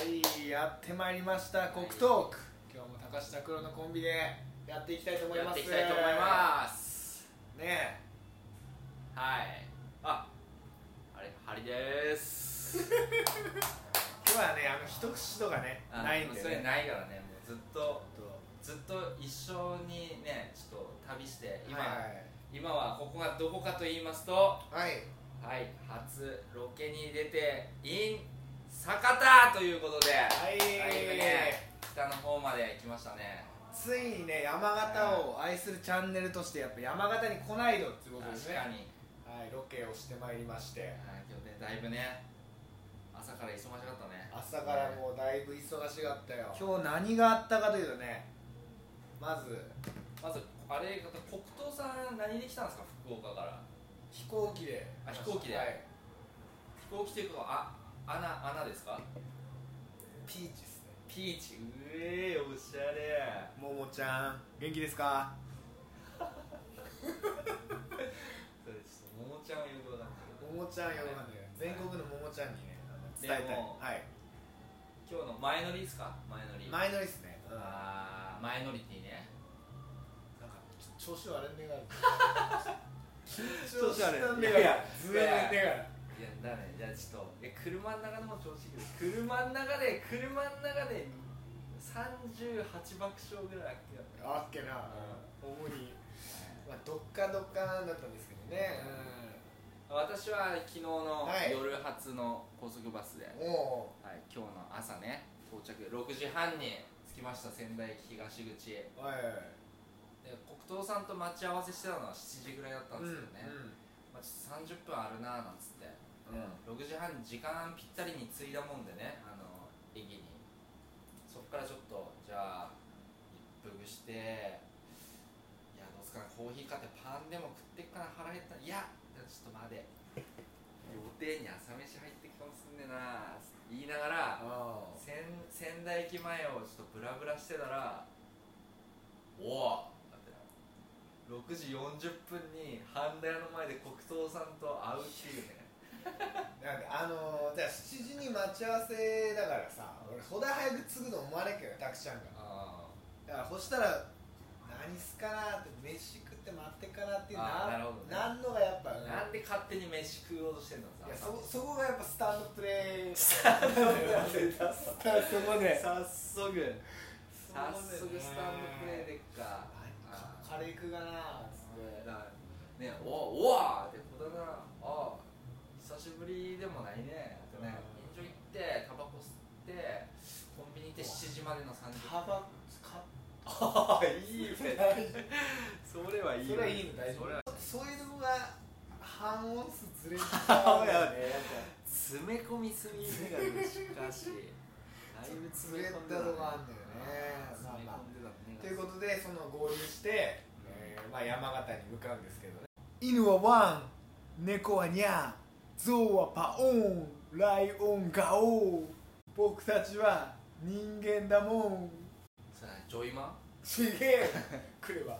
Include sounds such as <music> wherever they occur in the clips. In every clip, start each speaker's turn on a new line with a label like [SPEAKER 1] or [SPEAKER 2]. [SPEAKER 1] ってまいりました国トーク、今日も高下黒のコンビでやっていきたいと思い
[SPEAKER 2] や
[SPEAKER 1] ま
[SPEAKER 2] っ
[SPEAKER 1] す
[SPEAKER 2] ていきたいと思います
[SPEAKER 1] すね
[SPEAKER 2] はいああれハリです
[SPEAKER 1] え今日はねあの一口とかね
[SPEAKER 2] あ
[SPEAKER 1] ないんで、ね、
[SPEAKER 2] それないからねもうずっと
[SPEAKER 1] ちょっと
[SPEAKER 2] ずっと一緒にねちょっと旅して今、
[SPEAKER 1] はい
[SPEAKER 2] 今はここがどこかと言いますとは
[SPEAKER 1] はい
[SPEAKER 2] い初ロケに出て in 酒田ということでは
[SPEAKER 1] はい
[SPEAKER 2] ね北の方まで来ましたね
[SPEAKER 1] ついにね山形を愛するチャンネルとしてやっぱ山形に来ないとってこ
[SPEAKER 2] 確
[SPEAKER 1] とですね
[SPEAKER 2] かに
[SPEAKER 1] はい、ロケをしてまいりまして
[SPEAKER 2] あー今日ねだいぶね朝から忙しかったね
[SPEAKER 1] 朝からもうだいぶ忙しかったよ今日何があったかというとねまず
[SPEAKER 2] まずあれ黒糖さん何で来たんですか福岡から
[SPEAKER 1] 飛行機で
[SPEAKER 2] あ飛行機で
[SPEAKER 1] はい、
[SPEAKER 2] 飛行機というかあ穴穴ですか
[SPEAKER 1] ピーチですね
[SPEAKER 2] ピーチうえおしゃれ
[SPEAKER 1] ももちゃん元気ですか
[SPEAKER 2] そうですももちゃんはよくわかんないけど
[SPEAKER 1] ももちゃんよかったね全国のももちゃんにねあの伝えたい
[SPEAKER 2] でも
[SPEAKER 1] はい
[SPEAKER 2] 今日の前乗りですか前乗り
[SPEAKER 1] 前乗りですねうんなんか
[SPEAKER 2] あー前乗りっていいね
[SPEAKER 1] ちょ調子悪いんねが緊 <laughs>
[SPEAKER 2] 調
[SPEAKER 1] 張
[SPEAKER 2] 子
[SPEAKER 1] した
[SPEAKER 2] 悪い
[SPEAKER 1] んね
[SPEAKER 2] いやい
[SPEAKER 1] が
[SPEAKER 2] や
[SPEAKER 1] ずっとね
[SPEAKER 2] いや
[SPEAKER 1] が
[SPEAKER 2] いやだねじゃあちょっとえ車の中でも調子いいけど車の中で車の中で38爆笑ぐらいあっけど
[SPEAKER 1] あっけな主にまあどっかどっかだったんですけどね
[SPEAKER 2] 私は昨日の
[SPEAKER 1] はい
[SPEAKER 2] 夜初の高速バスで、はい
[SPEAKER 1] うんも
[SPEAKER 2] 今日の朝ね到着6時半に着きました仙台東口で
[SPEAKER 1] うはい
[SPEAKER 2] 黒糖さんと待ち合わせしてたのは7時ぐらいだったんですけどね、まあ、ちょっと30分あるなーなんつって
[SPEAKER 1] うんうん
[SPEAKER 2] 6時半時間ぴったりに着いだもんでねあの駅にそっからちょっとじゃあ一服していやどうすかなコーヒー買ってパンでも食ってっかな腹減ったいやちょっと待て予定に朝飯入ってきかもすんねえな言いながら
[SPEAKER 1] あー
[SPEAKER 2] 仙仙台駅前をちょっとブラブラしてたらおおってな6時40分に半田屋の前で黒糖さんと会うっていうね
[SPEAKER 1] なんであのー、じゃあ7時に待ち合わせだからさ俺ほだ早く着くの思われっけど拓ちゃんが
[SPEAKER 2] あ
[SPEAKER 1] だからそしたら何すかなって飯食って待ってからっていう
[SPEAKER 2] あー
[SPEAKER 1] な
[SPEAKER 2] なるほどね
[SPEAKER 1] なんのがやっぱ、
[SPEAKER 2] あなんで勝手に飯食おうとしてんのさ
[SPEAKER 1] いやそそこがやっぱスタンドプレースタそこでそこ
[SPEAKER 2] 早速早速
[SPEAKER 1] で
[SPEAKER 2] スタンドプレーでっか
[SPEAKER 1] あカレー食うかなーっつって
[SPEAKER 2] だからねおおおってこだなあ久しぶりでもないねってね
[SPEAKER 1] う
[SPEAKER 2] 飲酒行ってタバコ吸ってコンビニ行って7時までの30分
[SPEAKER 1] タバか
[SPEAKER 2] ああいいねそれはいい
[SPEAKER 1] それはいいの大丈
[SPEAKER 2] それは
[SPEAKER 1] 夫そういうとこが半音数ずれてきちゃうんだよねや
[SPEAKER 2] <laughs>
[SPEAKER 1] っぱ
[SPEAKER 2] 詰め込みすぎるがしかしだいぶ
[SPEAKER 1] 詰
[SPEAKER 2] 詰
[SPEAKER 1] め
[SPEAKER 2] め
[SPEAKER 1] 込
[SPEAKER 2] 込
[SPEAKER 1] ん
[SPEAKER 2] ん
[SPEAKER 1] で
[SPEAKER 2] で
[SPEAKER 1] た
[SPEAKER 2] た
[SPEAKER 1] ね
[SPEAKER 2] ね
[SPEAKER 1] 詰
[SPEAKER 2] 詰
[SPEAKER 1] め
[SPEAKER 2] め
[SPEAKER 1] 込
[SPEAKER 2] 込
[SPEAKER 1] ん
[SPEAKER 2] んで
[SPEAKER 1] ということで
[SPEAKER 2] たね
[SPEAKER 1] その合流して、えーまあ、山形に向かうんですけどね犬はワン猫はニャーゾウはパオンライオンガオー僕たちは人間だもん
[SPEAKER 2] それジョイマ
[SPEAKER 1] ちげえクレバ
[SPEAKER 2] ン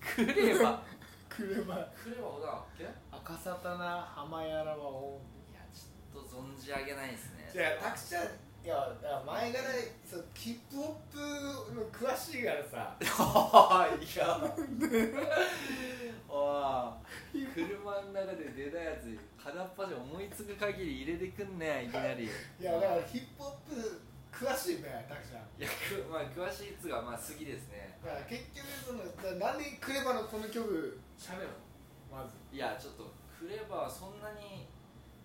[SPEAKER 2] クレバ
[SPEAKER 1] クレバ
[SPEAKER 2] クレバオだっけいや
[SPEAKER 1] 赤さたな浜やらはオ
[SPEAKER 2] ちょっと存じ上げないですね
[SPEAKER 1] ンじゃあタクちゃんいやだから前からそうヒップホップの詳しいからさ
[SPEAKER 2] <laughs> ああいやああ車の中で出たやつ片っ端思いつく限り入れてくんねいきなり
[SPEAKER 1] いやだからヒップホップ詳しいねタクちゃん
[SPEAKER 2] いやくまあ詳しいっつうかまあ好きですね
[SPEAKER 1] だから結局そのだからなんでクレバのこの曲
[SPEAKER 2] 喋ろう
[SPEAKER 1] まず
[SPEAKER 2] いやちょっとクレバーそんなに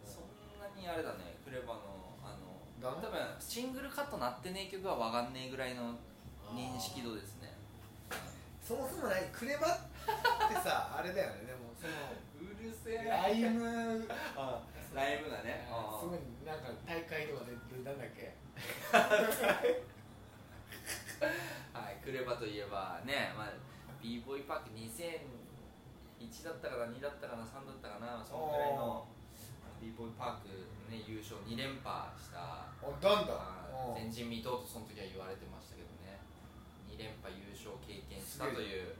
[SPEAKER 2] そんなにあれだねクレバーのあの
[SPEAKER 1] だ
[SPEAKER 2] 多分シングルカットなってねえ曲はわかんねえぐらいの認識度ですね
[SPEAKER 1] そもそも何クレバって <laughs> さあれだよねでもその
[SPEAKER 2] うるせ
[SPEAKER 1] ライム
[SPEAKER 2] あライブだねあ
[SPEAKER 1] すごいなんか大会とかで出たんだっけ
[SPEAKER 2] はいクレバといえばねまあ b ボーイパーク2001だったかな2だったかな3だったかなそのぐらいの b ボーイパーク、ね、優勝2連覇した
[SPEAKER 1] おどんどん
[SPEAKER 2] まあ前人未到とその時は言われてましたけどね2連覇優勝を経験したという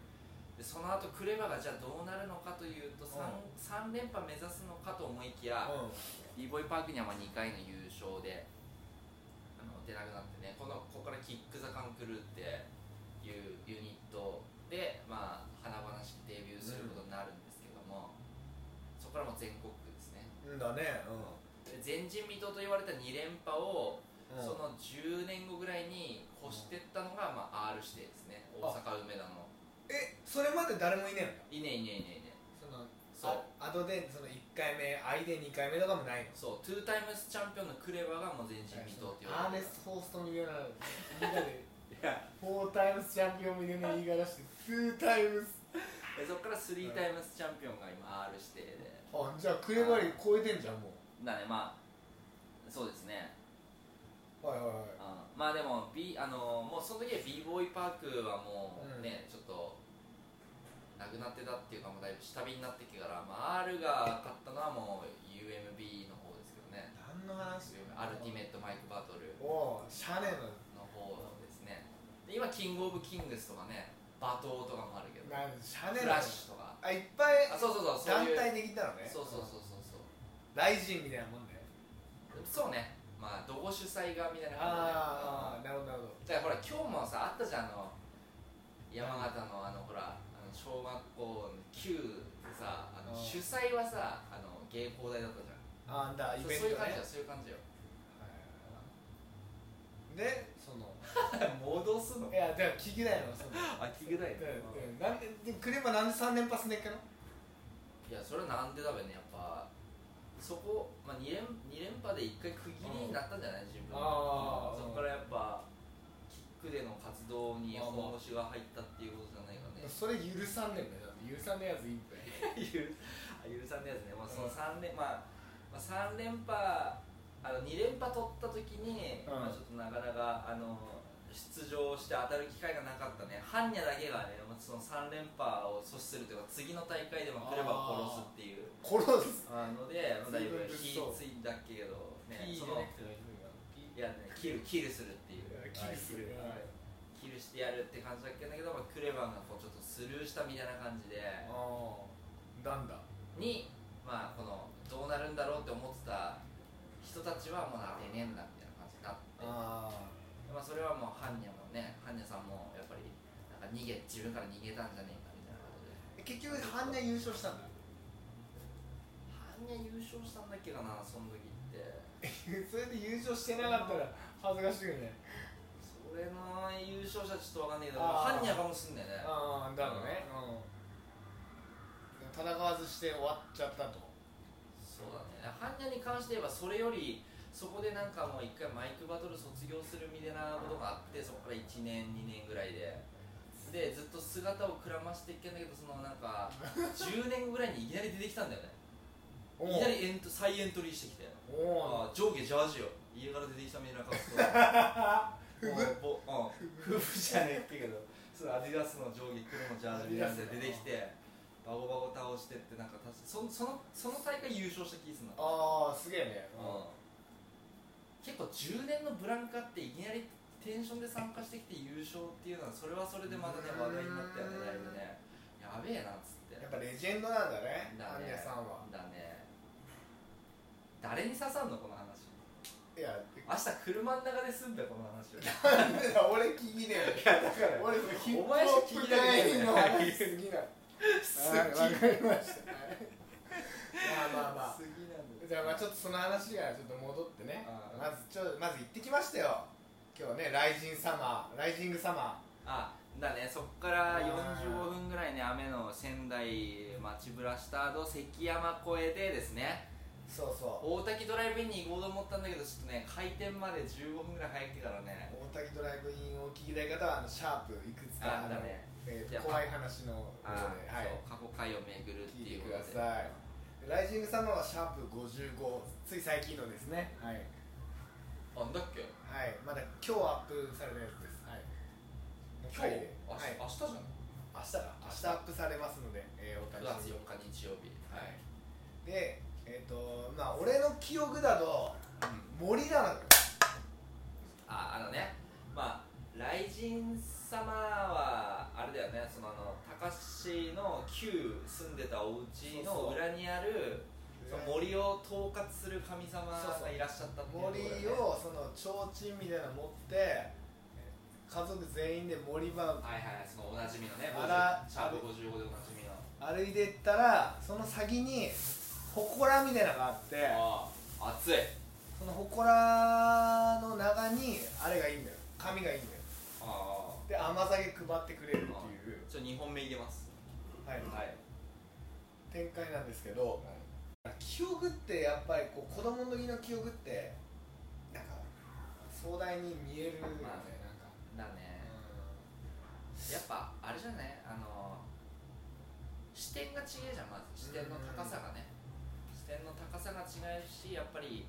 [SPEAKER 2] でその後クレバがじゃあどうなるのかというと 3, 三連覇目指すのかと思いきや
[SPEAKER 1] うん
[SPEAKER 2] b ボーイパークにはまあ2回の優勝であのってなくなってねこのここからキック・ザ・カンクルーっていうユニットでまあ華々しくデビューすることになるんですけども、そこからもう全国区ですね
[SPEAKER 1] うんだね
[SPEAKER 2] で前人未到と言われた2連覇を、
[SPEAKER 1] うん、うん、
[SPEAKER 2] その10年後ぐらいに越してったのが、まあ、R 指定ですね大阪梅田の
[SPEAKER 1] えそれまで誰もいないの
[SPEAKER 2] いねいねいねいね
[SPEAKER 1] その
[SPEAKER 2] そう
[SPEAKER 1] あ後でその1回目相手2回目とかもないの
[SPEAKER 2] そうトゥータイムスチャンピオンのクレバがもう前人未到って言
[SPEAKER 1] ア
[SPEAKER 2] わ
[SPEAKER 1] ー
[SPEAKER 2] れ
[SPEAKER 1] ネ
[SPEAKER 2] て
[SPEAKER 1] スト・ホーストのようなみんなで
[SPEAKER 2] いや
[SPEAKER 1] 4タイムスチャンピオンみたいな言い方して2タイムス
[SPEAKER 2] でそこからスリータイムスチャンピオンが今 R 指定で
[SPEAKER 1] あじゃあクレバリー超えてんじゃんも
[SPEAKER 2] だねまあそうですね、
[SPEAKER 1] うはいはいは
[SPEAKER 2] うん、まあでも、B、あのもうその時は b ボーイパークはもうね、ちょっとなくなってたっていうかもうだいぶ下火になってきてから、まあ、R が勝ったのはもう UMB の方ですけどね
[SPEAKER 1] い何の話
[SPEAKER 2] アルティメットマイクバトル
[SPEAKER 1] おおシャネ
[SPEAKER 2] の方ですねで今キングオブキングスとかね罵倒とかもあるけ
[SPEAKER 1] の
[SPEAKER 2] ど
[SPEAKER 1] なんシャネ
[SPEAKER 2] フ
[SPEAKER 1] の
[SPEAKER 2] ラッシュとか
[SPEAKER 1] あいっぱい
[SPEAKER 2] あそうそうそうそ
[SPEAKER 1] 団
[SPEAKER 2] ういう
[SPEAKER 1] 体できたのね
[SPEAKER 2] そうそうそうそうそう
[SPEAKER 1] ライジンみたいなもんだよ
[SPEAKER 2] そうねまあどこ主催がみたいな
[SPEAKER 1] ああな
[SPEAKER 2] 感
[SPEAKER 1] るほどなるほど
[SPEAKER 2] じでだからほら今日もさあったじゃんあの山形のあのほらあの小学校の旧でさあの
[SPEAKER 1] あー
[SPEAKER 2] 主催はさあの芸工大だったじゃ
[SPEAKER 1] ああ
[SPEAKER 2] ん
[SPEAKER 1] んだイ
[SPEAKER 2] そう
[SPEAKER 1] ベント
[SPEAKER 2] そうい
[SPEAKER 1] ね
[SPEAKER 2] う感じよそういう感じよ
[SPEAKER 1] はいでその
[SPEAKER 2] <laughs> 戻すの
[SPEAKER 1] いやだから聞きだよその
[SPEAKER 2] 秋ぐらい
[SPEAKER 1] だよだよなんででクレバなんで3連発ねっけの
[SPEAKER 2] いやそれはなんでだべねやっぱそこ、まあ、2, 連二連覇で1回区切りになったんじゃない自分
[SPEAKER 1] あ
[SPEAKER 2] の
[SPEAKER 1] ー
[SPEAKER 2] そこからやっぱキックでの活動に本腰が入ったっていうことじゃないか <laughs> ね
[SPEAKER 1] それ許さんねんだよだって許さんねえやついっぱい
[SPEAKER 2] 許あ許さんのやつね、まあ、その
[SPEAKER 1] うん
[SPEAKER 2] 3連、まあ、まあ3連覇あの2連覇取った時に、
[SPEAKER 1] うん
[SPEAKER 2] まあ、ちょっとなかなかあの出場して当たる機会がなかったね般若だけがね、まあ、その3連覇を阻止するというか次の大会でもクレバを殺すっていう
[SPEAKER 1] 殺す
[SPEAKER 2] あので、まあ、だいぶ
[SPEAKER 1] 随
[SPEAKER 2] 火
[SPEAKER 1] 分物騒
[SPEAKER 2] ついたけどね
[SPEAKER 1] いい
[SPEAKER 2] そ
[SPEAKER 1] じゃ
[SPEAKER 2] の
[SPEAKER 1] なくて大丈
[SPEAKER 2] いやねキルキルするっていう
[SPEAKER 1] いやキルする
[SPEAKER 2] はいキルしてやるって感じだっけだけど、まあ、クレバがこうちょっとスルーしたみたいな感じで
[SPEAKER 1] 夫ああなんだ
[SPEAKER 2] に、まあ、このどうなるんだろうって思ってた人たちはもうなってねえんだみたいな感じになって、
[SPEAKER 1] あ
[SPEAKER 2] まあ、それはもうハンニャもねハンニャさんもやっぱりなんか逃げ自分から逃げたんじゃねえかみたいなことで
[SPEAKER 1] あ結局般若優勝したんだ
[SPEAKER 2] ハンニャ優勝したんだっけかなその時って。
[SPEAKER 1] <laughs> それで優勝してなかったら恥ずかしくね
[SPEAKER 2] それの優勝者はちょっとわかんないけど、
[SPEAKER 1] あー
[SPEAKER 2] ハンニャかもしんないね。
[SPEAKER 1] ああだろうねうん戦わずして終わっちゃったと
[SPEAKER 2] そうだね。ハンニャに関して言えば、それより、そこでなんかもう一回マイクバトル卒業するみたいなことがあって、そこから1年、2年ぐらいで。で、ずっと姿をくらましていけんだけど、そのなんか、10年後ぐらいにいきなり出てきたんだよね。
[SPEAKER 1] お
[SPEAKER 2] いきなりエント再エントリーしてきて。
[SPEAKER 1] おお
[SPEAKER 2] あー上下ジャージよ。家から出てきたみたいな格好。
[SPEAKER 1] ふぶ
[SPEAKER 2] おぼうん、夫婦じゃねえけどそのアディダスの上下黒のジャージみたいなやつで出てきてバゴバゴ倒してってなんか確かそそのその大会優勝した気がするの、うん、
[SPEAKER 1] ああすげえね
[SPEAKER 2] 結構10年のブランカっていきなりテンションで参加してきて優勝っていうのはそれはそれでまたね話題になったよねだいぶねやべえなっつって
[SPEAKER 1] やっぱレジェンドなんだね般
[SPEAKER 2] だね
[SPEAKER 1] 若さんは
[SPEAKER 2] だね誰に刺さんのこの話
[SPEAKER 1] いや
[SPEAKER 2] 明日車の中で済んだよこの
[SPEAKER 1] <laughs>
[SPEAKER 2] 話を
[SPEAKER 1] なんでだ俺聞きねえ
[SPEAKER 2] やだか
[SPEAKER 1] よ俺ヒップホ
[SPEAKER 2] お前し
[SPEAKER 1] ッ
[SPEAKER 2] か聞
[SPEAKER 1] プ
[SPEAKER 2] いた
[SPEAKER 1] 会員の
[SPEAKER 2] ことな
[SPEAKER 1] 話
[SPEAKER 2] い
[SPEAKER 1] すぎない
[SPEAKER 2] <laughs>
[SPEAKER 1] は
[SPEAKER 2] す
[SPEAKER 1] いわかりましたはいまあまあまあ
[SPEAKER 2] ぎなん
[SPEAKER 1] じゃあまあちょっとその話がちょっと戻ってね
[SPEAKER 2] あ
[SPEAKER 1] まずちょまず行ってきましたよ今日ねライジンサマーライジングサマ
[SPEAKER 2] あだねそっから
[SPEAKER 1] あー
[SPEAKER 2] 45分ぐらいね雨の仙台街ぶらした後関山越えでですね
[SPEAKER 1] ーそうそう
[SPEAKER 2] 大滝ドライブインに行こうと思ったんだけどちょっとね開店まで15分ぐらい早くてからね
[SPEAKER 1] 大滝ドライブインをお聞きたい方はあのシャープいくつか
[SPEAKER 2] あだね
[SPEAKER 1] えー
[SPEAKER 2] じゃあ
[SPEAKER 1] 怖い話の方
[SPEAKER 2] あー、
[SPEAKER 1] で、はい、
[SPEAKER 2] そう過去回を巡るって
[SPEAKER 1] 聞
[SPEAKER 2] い
[SPEAKER 1] いうて
[SPEAKER 2] こ
[SPEAKER 1] く
[SPEAKER 2] と
[SPEAKER 1] だ
[SPEAKER 2] で
[SPEAKER 1] さいライジングサマーはシャープ55つい最近のですねはい、はい、
[SPEAKER 2] あんだっけ
[SPEAKER 1] まだ今日アップされたやつですはい
[SPEAKER 2] 今日、明
[SPEAKER 1] はい
[SPEAKER 2] 日、明日じゃん
[SPEAKER 1] 明日だ明日アップされますので、えー、お
[SPEAKER 2] 9
[SPEAKER 1] 楽
[SPEAKER 2] 月
[SPEAKER 1] しみに
[SPEAKER 2] 4日日曜日はい、
[SPEAKER 1] でえっ、とまあ俺の記憶だと森田なのよ
[SPEAKER 2] ああのねまあ雷神様はあれだよねそのあの高橋の旧住んでたお家の裏にあるその森を統括する神様がいらっしゃったっていうところ
[SPEAKER 1] 森
[SPEAKER 2] でね
[SPEAKER 1] をその提灯みたいなの持ってえ家族全員で森場
[SPEAKER 2] はいはいそのおなじみのね
[SPEAKER 1] あら
[SPEAKER 2] 50シャープ55でおなじみの
[SPEAKER 1] 歩いてったらその先に祠みたいなのがあって
[SPEAKER 2] ああ熱い
[SPEAKER 1] その祠の中にあれがいいんだよ紙がいいんだよ
[SPEAKER 2] ああ
[SPEAKER 1] で甘酒配ってくれるっていう
[SPEAKER 2] ちょっと2本目入れます
[SPEAKER 1] はい
[SPEAKER 2] はい
[SPEAKER 1] 展開なんですけど記憶ってやっぱりこう子供の時の記憶ってなんか壮大に見えるよね
[SPEAKER 2] まあね
[SPEAKER 1] なんか
[SPEAKER 2] だねやっぱあれじゃないあの視点が違えじゃんまず視点の高さがね視点の高さが違うしやっぱり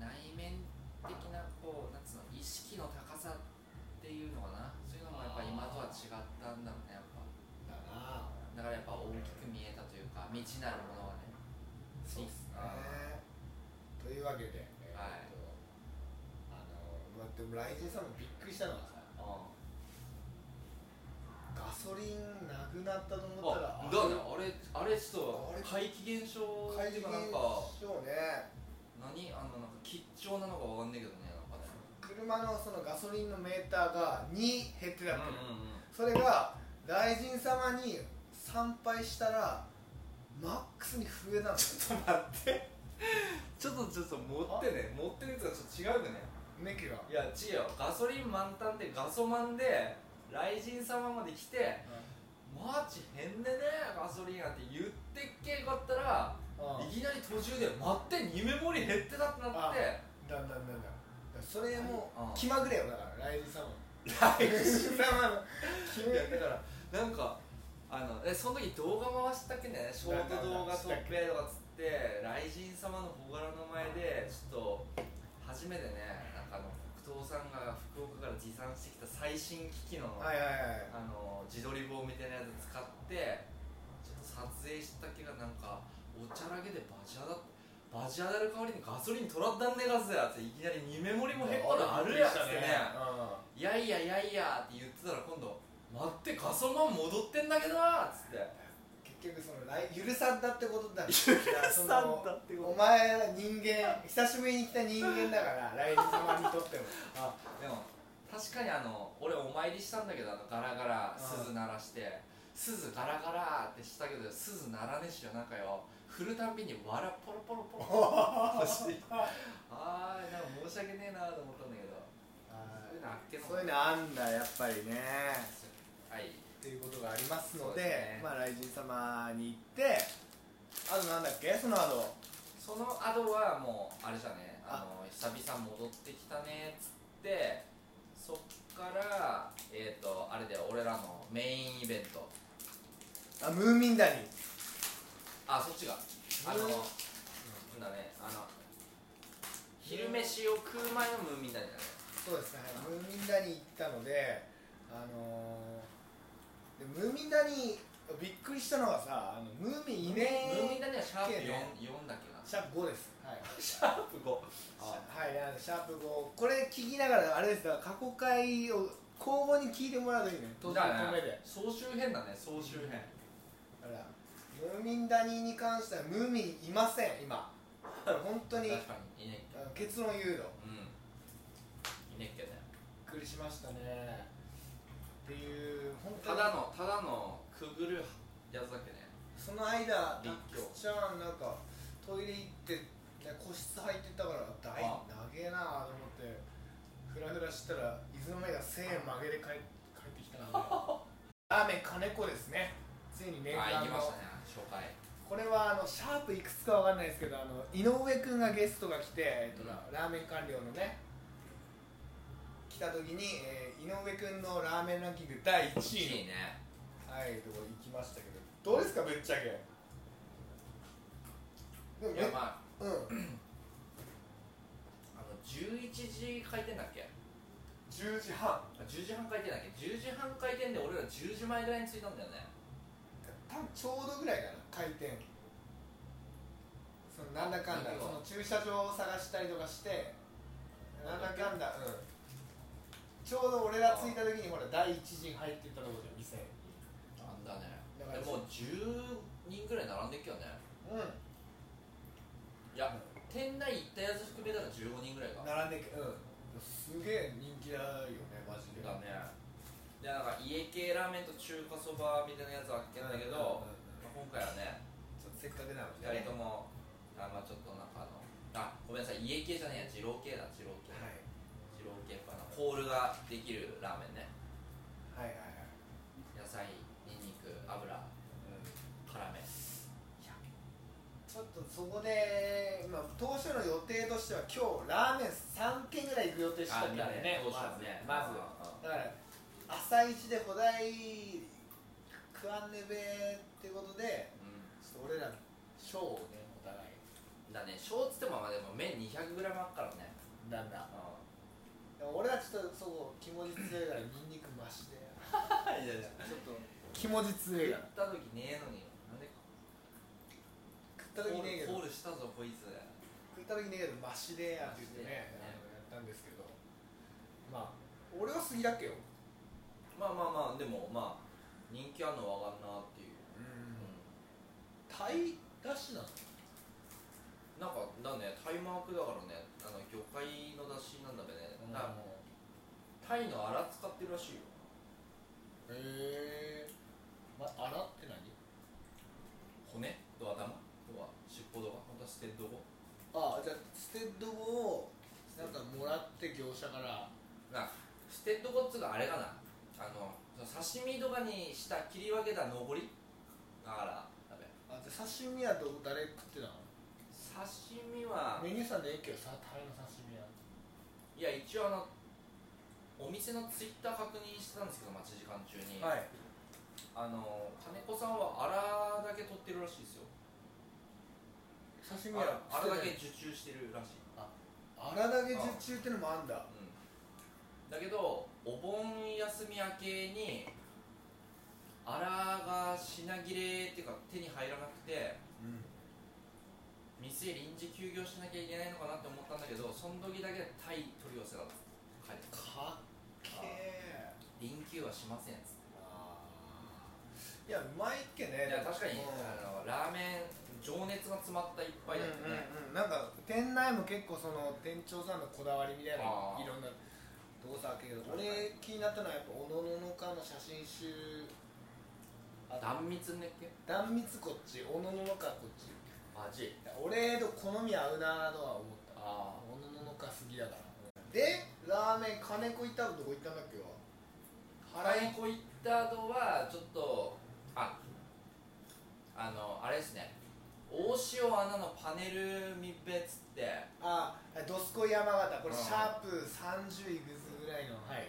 [SPEAKER 2] 内面的なこうなんつうの意識の高さっていうのかなそういうのもやっぱ今とは違ったんだろうねやっぱ
[SPEAKER 1] だな
[SPEAKER 2] だからやっぱ大きく見えたというか未知なるものはね
[SPEAKER 1] そうっすねというわけで、えーっと
[SPEAKER 2] はい
[SPEAKER 1] あのまあでもライジンさんもびっくりしたのがさ
[SPEAKER 2] あ
[SPEAKER 1] ガソリンなくなったと思ったら
[SPEAKER 2] あだねあれあれちょっと
[SPEAKER 1] あ
[SPEAKER 2] 怪奇現象
[SPEAKER 1] 怪
[SPEAKER 2] ってい
[SPEAKER 1] 奇現
[SPEAKER 2] うかなんか
[SPEAKER 1] 象ね
[SPEAKER 2] 何あのなんか吉兆なのかわかんないけどねなんかね
[SPEAKER 1] 車のそのガソリンのメーターが2減ってたの、
[SPEAKER 2] うんうん
[SPEAKER 1] それが大神様に参拝したらマックスに増えたの
[SPEAKER 2] ちょっと待ってちょっとちょっと持ってね持ってるやつがちょっと違うよね
[SPEAKER 1] ネキが
[SPEAKER 2] いや違うよガソリン満タンでガソマンで雷神様まで来てマーチ変でねガソリンなんて言ってっけよかったら
[SPEAKER 1] うん
[SPEAKER 2] いきなり途中で待って夢盛り減ってたってなって
[SPEAKER 1] だんだんだんだんだからそれも
[SPEAKER 2] うん
[SPEAKER 1] 気まぐれよだから雷神様
[SPEAKER 2] 雷
[SPEAKER 1] 雷神様の気まぐ
[SPEAKER 2] いや
[SPEAKER 1] れ
[SPEAKER 2] だからなんかあのえその時動画回したっけねショート動画撮ってとかっつって雷神様の朗らの前でちょっと初めてねなんかあの北東さんが福岡から持参してきた最新機器の,、
[SPEAKER 1] <laughs> はいはいはい
[SPEAKER 2] あの自撮り棒みたいなやつ使ってちょっと撮影したっけがなんかおちゃらげでバジャだバジャだる代わりにガソリン取らったんねがずやっていきなり2メモリもへっこらあるやつってねいやいやいやいやって言ってたら今度待ってガソマン戻ってんだけどなっつって
[SPEAKER 1] 結局その来許さんだってことだ許
[SPEAKER 2] さんだってこと
[SPEAKER 1] お前は人間久しぶりに来た人間だから来神様にと
[SPEAKER 2] <laughs>
[SPEAKER 1] っても
[SPEAKER 2] あでも確かにあの俺お参りしたんだけどあのガラガラ
[SPEAKER 1] うん
[SPEAKER 2] 鈴鳴らして鈴ガラガラってしたけど鈴鳴らねえしよなんかよ振るたんびにわらポロポロポロ <laughs> ポロしてあーなんか申し訳ねえなと思ったんだけどそういうのあっけの
[SPEAKER 1] そういうのあんだやっぱりね
[SPEAKER 2] はい
[SPEAKER 1] っていうことがありますの
[SPEAKER 2] そう
[SPEAKER 1] で
[SPEAKER 2] ですね
[SPEAKER 1] まあ来神様に行ってあとなんだっけその後
[SPEAKER 2] その後はもうあれじゃねあの久々戻ってきたねっつってそっからえっ、とあれだよ俺らのメインイベント
[SPEAKER 1] あムーミン谷
[SPEAKER 2] あそっちがあの、
[SPEAKER 1] うん
[SPEAKER 2] なんだねあの昼飯を食う前のムーミン谷だね
[SPEAKER 1] そうですねはいムーミン谷行ったのであのー、でムーミン谷びっくりしたのがさあのムーミンいね
[SPEAKER 2] ム
[SPEAKER 1] え
[SPEAKER 2] ーミン谷はシャープ
[SPEAKER 1] いいね
[SPEAKER 2] 4, 4だっけな
[SPEAKER 1] シャープ5ですはい
[SPEAKER 2] シャープ5あ
[SPEAKER 1] はい、あのシャープ5これ聞きながらあれですだから過去回を交互に聞いてもらうといいね途中止
[SPEAKER 2] だから
[SPEAKER 1] めで
[SPEAKER 2] ね総集編だね総集編
[SPEAKER 1] あらムーミンダニーに関してはムーミンいません今 <laughs> 本当に
[SPEAKER 2] 確かにいね
[SPEAKER 1] あの結論言うの
[SPEAKER 2] うんいねっけね
[SPEAKER 1] びっくりしましたねっていう本当
[SPEAKER 2] た
[SPEAKER 1] に
[SPEAKER 2] だのただのくぐるやつだっけね
[SPEAKER 1] その間
[SPEAKER 2] 立
[SPEAKER 1] ダ
[SPEAKER 2] 教
[SPEAKER 1] ックちゃんなんかトイレ行ってね個室入ってったから大
[SPEAKER 2] あ
[SPEAKER 1] 長えなと思ってフラフラしたらいつの間にか1000円曲げで帰帰ってきたので
[SPEAKER 2] <laughs>
[SPEAKER 1] ラーメン金子ですねついに念
[SPEAKER 2] あ行
[SPEAKER 1] 願
[SPEAKER 2] き
[SPEAKER 1] の
[SPEAKER 2] ましたね紹介
[SPEAKER 1] これはあのシャープいくつかわかんないですけどあの井上くんがゲストが来て、えっと
[SPEAKER 2] うん
[SPEAKER 1] ラーメン官僚のね来た時に、えー井上くんのラーメンランキング第1位の
[SPEAKER 2] いいね
[SPEAKER 1] はい、とこ行きましたけど、どうですか、ぶっちゃけ。でも
[SPEAKER 2] いやまあ
[SPEAKER 1] うん、
[SPEAKER 2] あの11時開店だっけ
[SPEAKER 1] 10時半。
[SPEAKER 2] あ10時半開店だっけ10時半開店で俺ら10時前ぐらいに着いたんだよね
[SPEAKER 1] 多分ちょうどぐらいかな、開店。そのなんだかんだ、
[SPEAKER 2] 何
[SPEAKER 1] その
[SPEAKER 2] を
[SPEAKER 1] 駐車場を探したりとかして、なんだかんだ、うん。ちょうど俺ら着いた時に、ほら、第一陣入ってったところで、店。
[SPEAKER 2] なんだね
[SPEAKER 1] だから
[SPEAKER 2] でもう10人ぐらい並んでっけよね
[SPEAKER 1] うん。
[SPEAKER 2] いや店内行ったやつ含めたら15人ぐらいか
[SPEAKER 1] 並んでけうんすげえ人気だよねマジで
[SPEAKER 2] だねでなんか家系ラーメンと中華そばみたいなやつは開けたんだけど、
[SPEAKER 1] うんうんうん
[SPEAKER 2] まあ今回はね
[SPEAKER 1] ちょっとせっかくなので
[SPEAKER 2] 2人ともあまあちょっとなんかあのあごめんなさい家系じゃねえや二郎系だ二郎系二郎系かなホールができるラーメンね
[SPEAKER 1] はいはいはいはい
[SPEAKER 2] 野菜ニンニク油辛
[SPEAKER 1] うん
[SPEAKER 2] め
[SPEAKER 1] ちょっとそこで、まあ、当初の予定としては今日ラーメン3軒ぐらい行く予定してたんだよね
[SPEAKER 2] どうしようね
[SPEAKER 1] まずまずだから朝一で古代クアンネベってことで
[SPEAKER 2] う
[SPEAKER 1] ちょっと俺ら賞をねお互い
[SPEAKER 2] んだね小っつってもまあでも麺 200g あっからね
[SPEAKER 1] だんだ
[SPEAKER 2] う
[SPEAKER 1] 俺はちょっとそこ気持ち強いからニンニク増し <laughs> で
[SPEAKER 2] んいやいや
[SPEAKER 1] ちょっと気持ち強い
[SPEAKER 2] 食
[SPEAKER 1] から
[SPEAKER 2] った時ねえのになんで
[SPEAKER 1] 食った時ねえけど
[SPEAKER 2] ホールしたぞこいつ
[SPEAKER 1] 食った時ねえけどマシでやって言ってねあ
[SPEAKER 2] マシでね
[SPEAKER 1] のやったんですけどまあ俺は杉だっけよ
[SPEAKER 2] まあまあまあでもまあ人気あんのは上がんなっていう、う
[SPEAKER 1] タイだしなの
[SPEAKER 2] ん、なんかだねタイマークだからねあの魚介の出汁なんだべね、だからタイのアラ使ってるらしいよ
[SPEAKER 1] へえー、ま、洗って何
[SPEAKER 2] 骨と頭とは尻尾とか本当は捨てるとこ
[SPEAKER 1] あじゃあステッドをなんかもらって業者から
[SPEAKER 2] なステッドゴッツがあれかなあの刺身とかにした切り分けた残りだからだべ
[SPEAKER 1] あじゃあ刺身はど誰食ってたの
[SPEAKER 2] 刺身は
[SPEAKER 1] メニューさんでええけどさタイの刺身はい
[SPEAKER 2] や一応あのお店のツイッター確認してたんですけど待ち時間中に、
[SPEAKER 1] い
[SPEAKER 2] あの金子さんはアラだけ取ってるらしいですよ
[SPEAKER 1] 刺身は
[SPEAKER 2] アラだけ受注してるらしい、
[SPEAKER 1] あらだけ受注ってのもあんだ
[SPEAKER 2] うん、だけどお盆休み明けにアラが品切れっていうか手に入らなくて
[SPEAKER 1] うん
[SPEAKER 2] 店臨時休業しなきゃいけないのかなって思ったんだけどその時だけタイ取り寄せだっつって帰ってきた
[SPEAKER 1] かっけえ
[SPEAKER 2] 臨休はしませんっつって
[SPEAKER 1] いやうまいっけね
[SPEAKER 2] いや確かに
[SPEAKER 1] うん
[SPEAKER 2] あのラーメン情熱が詰まった一杯だったね、
[SPEAKER 1] うんうんうん、なんか店内も結構その店長さんのこだわりみたいな
[SPEAKER 2] あー
[SPEAKER 1] いろんな動作あるけど
[SPEAKER 2] はい
[SPEAKER 1] 俺気になったのはやっぱおのののかの写真集あと
[SPEAKER 2] 断密ねっけ
[SPEAKER 1] 壇蜜こっちおのののかこっち
[SPEAKER 2] マジ
[SPEAKER 1] 俺と好み合うなとは思った
[SPEAKER 2] あ
[SPEAKER 1] おのののか好きだからでラーメン金子行ったのどこ行ったんだっけは
[SPEAKER 2] あ原子行った後はちょっとああのあれですね大塩アナのパネル密閉っつって
[SPEAKER 1] あドスコイ山形これ
[SPEAKER 2] うん
[SPEAKER 1] シャープ30いくつぐらいのはい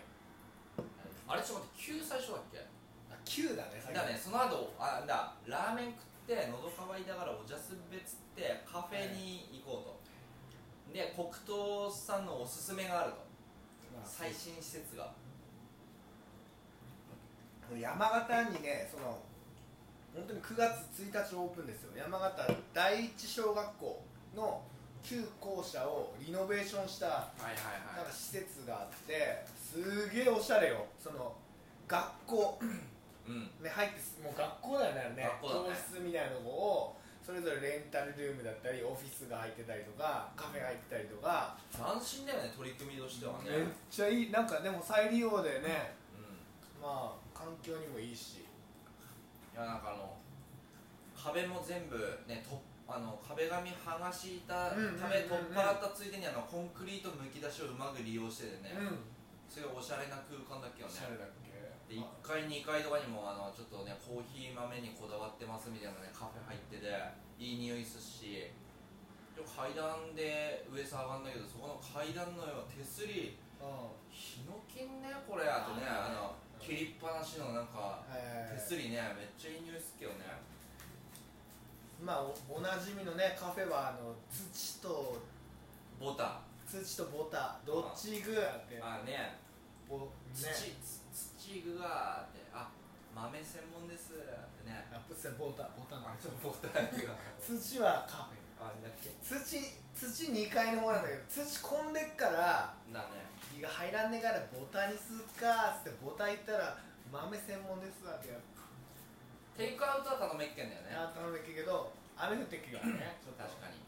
[SPEAKER 2] あれちょっと待って9最初だっけ
[SPEAKER 1] あ9だね
[SPEAKER 2] だね、その後あだラーメン食って喉乾いたからおじゃすべっつってカフェに行こうと、で黒糖さんのおすすめがあると
[SPEAKER 1] まあ
[SPEAKER 2] 最新施設が
[SPEAKER 1] 山形にねその本当に9月1日オープンですよ山形第一小学校の旧校舎をリノベーションした
[SPEAKER 2] はい
[SPEAKER 1] なん
[SPEAKER 2] は
[SPEAKER 1] か施設があってすげえおしゃれよその学校
[SPEAKER 2] いうん
[SPEAKER 1] ね入ってすもう学校だよねあれね
[SPEAKER 2] 学校だね
[SPEAKER 1] 教室みたいなのをそれぞれレンタルルームだったりオフィスが入ってたりとかカフェが入ってたりとか
[SPEAKER 2] 斬新だよね取り組みとしては
[SPEAKER 1] めっ
[SPEAKER 2] ね
[SPEAKER 1] ちゃいいなんかでも再利用でね
[SPEAKER 2] うん
[SPEAKER 1] まあ環境にもいいし
[SPEAKER 2] いやなんかあの壁も全部ねとあの壁紙剥がし板
[SPEAKER 1] うんうんうんうん
[SPEAKER 2] 壁取っ払ったついでにあのコンクリートむき出しをうまく利用しててね、
[SPEAKER 1] うん
[SPEAKER 2] すごいおしゃれな空間だっけ
[SPEAKER 1] お
[SPEAKER 2] よ
[SPEAKER 1] し
[SPEAKER 2] ね
[SPEAKER 1] ゃれだっけ
[SPEAKER 2] で1階2階とかにもあのちょっとねコーヒー豆にこだわってますみたいなねカフェ入ってていい匂いするしで階段で上下上がんだけどそこの階段のよう手すり
[SPEAKER 1] うん
[SPEAKER 2] ヒノキんねこれあとねあの切りっぱなしのなんか手すりねめっちゃいい匂いすっけどね
[SPEAKER 1] まあおおなじみのねカフェはあの土と
[SPEAKER 2] ボタ
[SPEAKER 1] 土とボタどっち行くやって
[SPEAKER 2] ンあね
[SPEAKER 1] ぼね
[SPEAKER 2] 土つ土具があってあ豆専門ですってね
[SPEAKER 1] あっせボタボタな
[SPEAKER 2] あ
[SPEAKER 1] んだ
[SPEAKER 2] ちょっとボタンっていうか
[SPEAKER 1] 土はカフェ
[SPEAKER 2] あだっけ
[SPEAKER 1] 土土2階の方なんだけど土混んでっから
[SPEAKER 2] だね
[SPEAKER 1] 火が入らんねえからボタにすっかっつってボタ行ったら豆専門ですわってやっ
[SPEAKER 2] テイクアウトは頼めっけんだよね
[SPEAKER 1] たんだけど雨降ってきよねちょっと
[SPEAKER 2] 確かに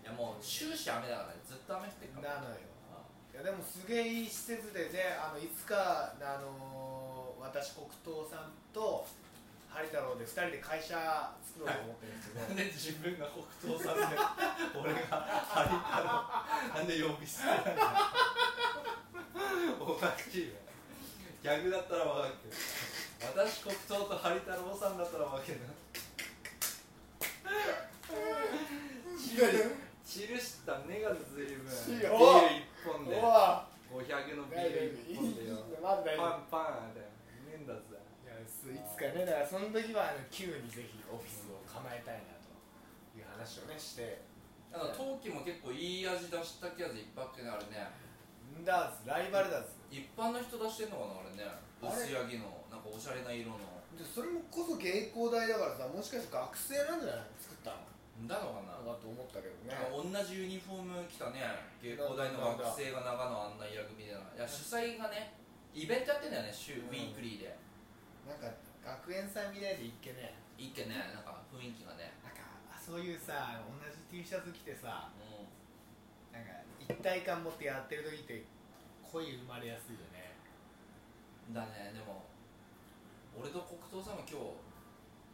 [SPEAKER 2] いやもう終始雨だからねずっと雨降ってるか
[SPEAKER 1] な
[SPEAKER 2] ら
[SPEAKER 1] のよ
[SPEAKER 2] あ
[SPEAKER 1] いやでもすげえいい施設でねあのいつか、あのー私黒糖さんとハリ太郎で2人で会社作ろうと思ってるんですけど、
[SPEAKER 2] なんで自分が北東さんで俺がハリ太郎なんで呼び捨てなんだよおかしいねギャグだったらわかるけど私黒糖とハリ太郎さんだったらわけないチルチルしたねがずいぶん
[SPEAKER 1] し
[SPEAKER 2] ビール
[SPEAKER 1] お
[SPEAKER 2] 1本で
[SPEAKER 1] おわ
[SPEAKER 2] 500のビ
[SPEAKER 1] 大丈
[SPEAKER 2] ール
[SPEAKER 1] 夫いい
[SPEAKER 2] 1本でよ
[SPEAKER 1] まず
[SPEAKER 2] パン
[SPEAKER 1] 大丈夫
[SPEAKER 2] パンだよねえんだぜ
[SPEAKER 1] いやすいつかねだからその時はあの旧にぜひオフィスを構えたいなという話をねして
[SPEAKER 2] あの陶器も結構いい味出したきやついっぱいあってねあれね
[SPEAKER 1] んだーずライバルだーず
[SPEAKER 2] 一般の人出してんのかなあれね
[SPEAKER 1] あれ
[SPEAKER 2] 薄焼きのなんかおしゃれな色の
[SPEAKER 1] でそれもこそ芸工大だからさもしかして学生なんじゃない作った
[SPEAKER 2] だのか
[SPEAKER 1] の
[SPEAKER 2] な
[SPEAKER 1] かなと思ったけどね
[SPEAKER 2] あ同じユニフォーム着たね芸工大の学生が長野案内役みたいないや主催がねイベントやってんだよね週
[SPEAKER 1] うん
[SPEAKER 2] ウィークリーで
[SPEAKER 1] なんか学園祭みたいで一見ね
[SPEAKER 2] 一見ねなんか雰囲気がね
[SPEAKER 1] なんかそういうさ同じ T シャツ着てさ
[SPEAKER 2] うん
[SPEAKER 1] なんか一体感持ってやってる時って恋生まれやすいよね
[SPEAKER 2] だねでも俺と黒糖さんも今日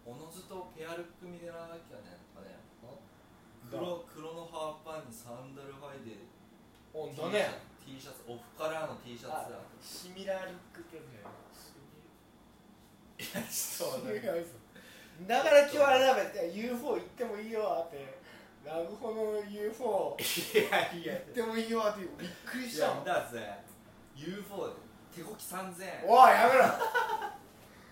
[SPEAKER 2] おのずとペアルック見てなきゃねとかね黒黒のハーフパンにサンダル履いて
[SPEAKER 1] ほ
[SPEAKER 2] T シャツ T シャツオフカラーの T シャツだ
[SPEAKER 1] シミラールックってやつだよね
[SPEAKER 2] いやちょっと待って
[SPEAKER 1] 違う嘘だから今日あれだべ UFO 行ってもいいよってラグホの UFO
[SPEAKER 2] いやい
[SPEAKER 1] 行ってもいいよってびっくり
[SPEAKER 2] い
[SPEAKER 1] したもん
[SPEAKER 2] やだぜ UFO で手こき3000円
[SPEAKER 1] おいや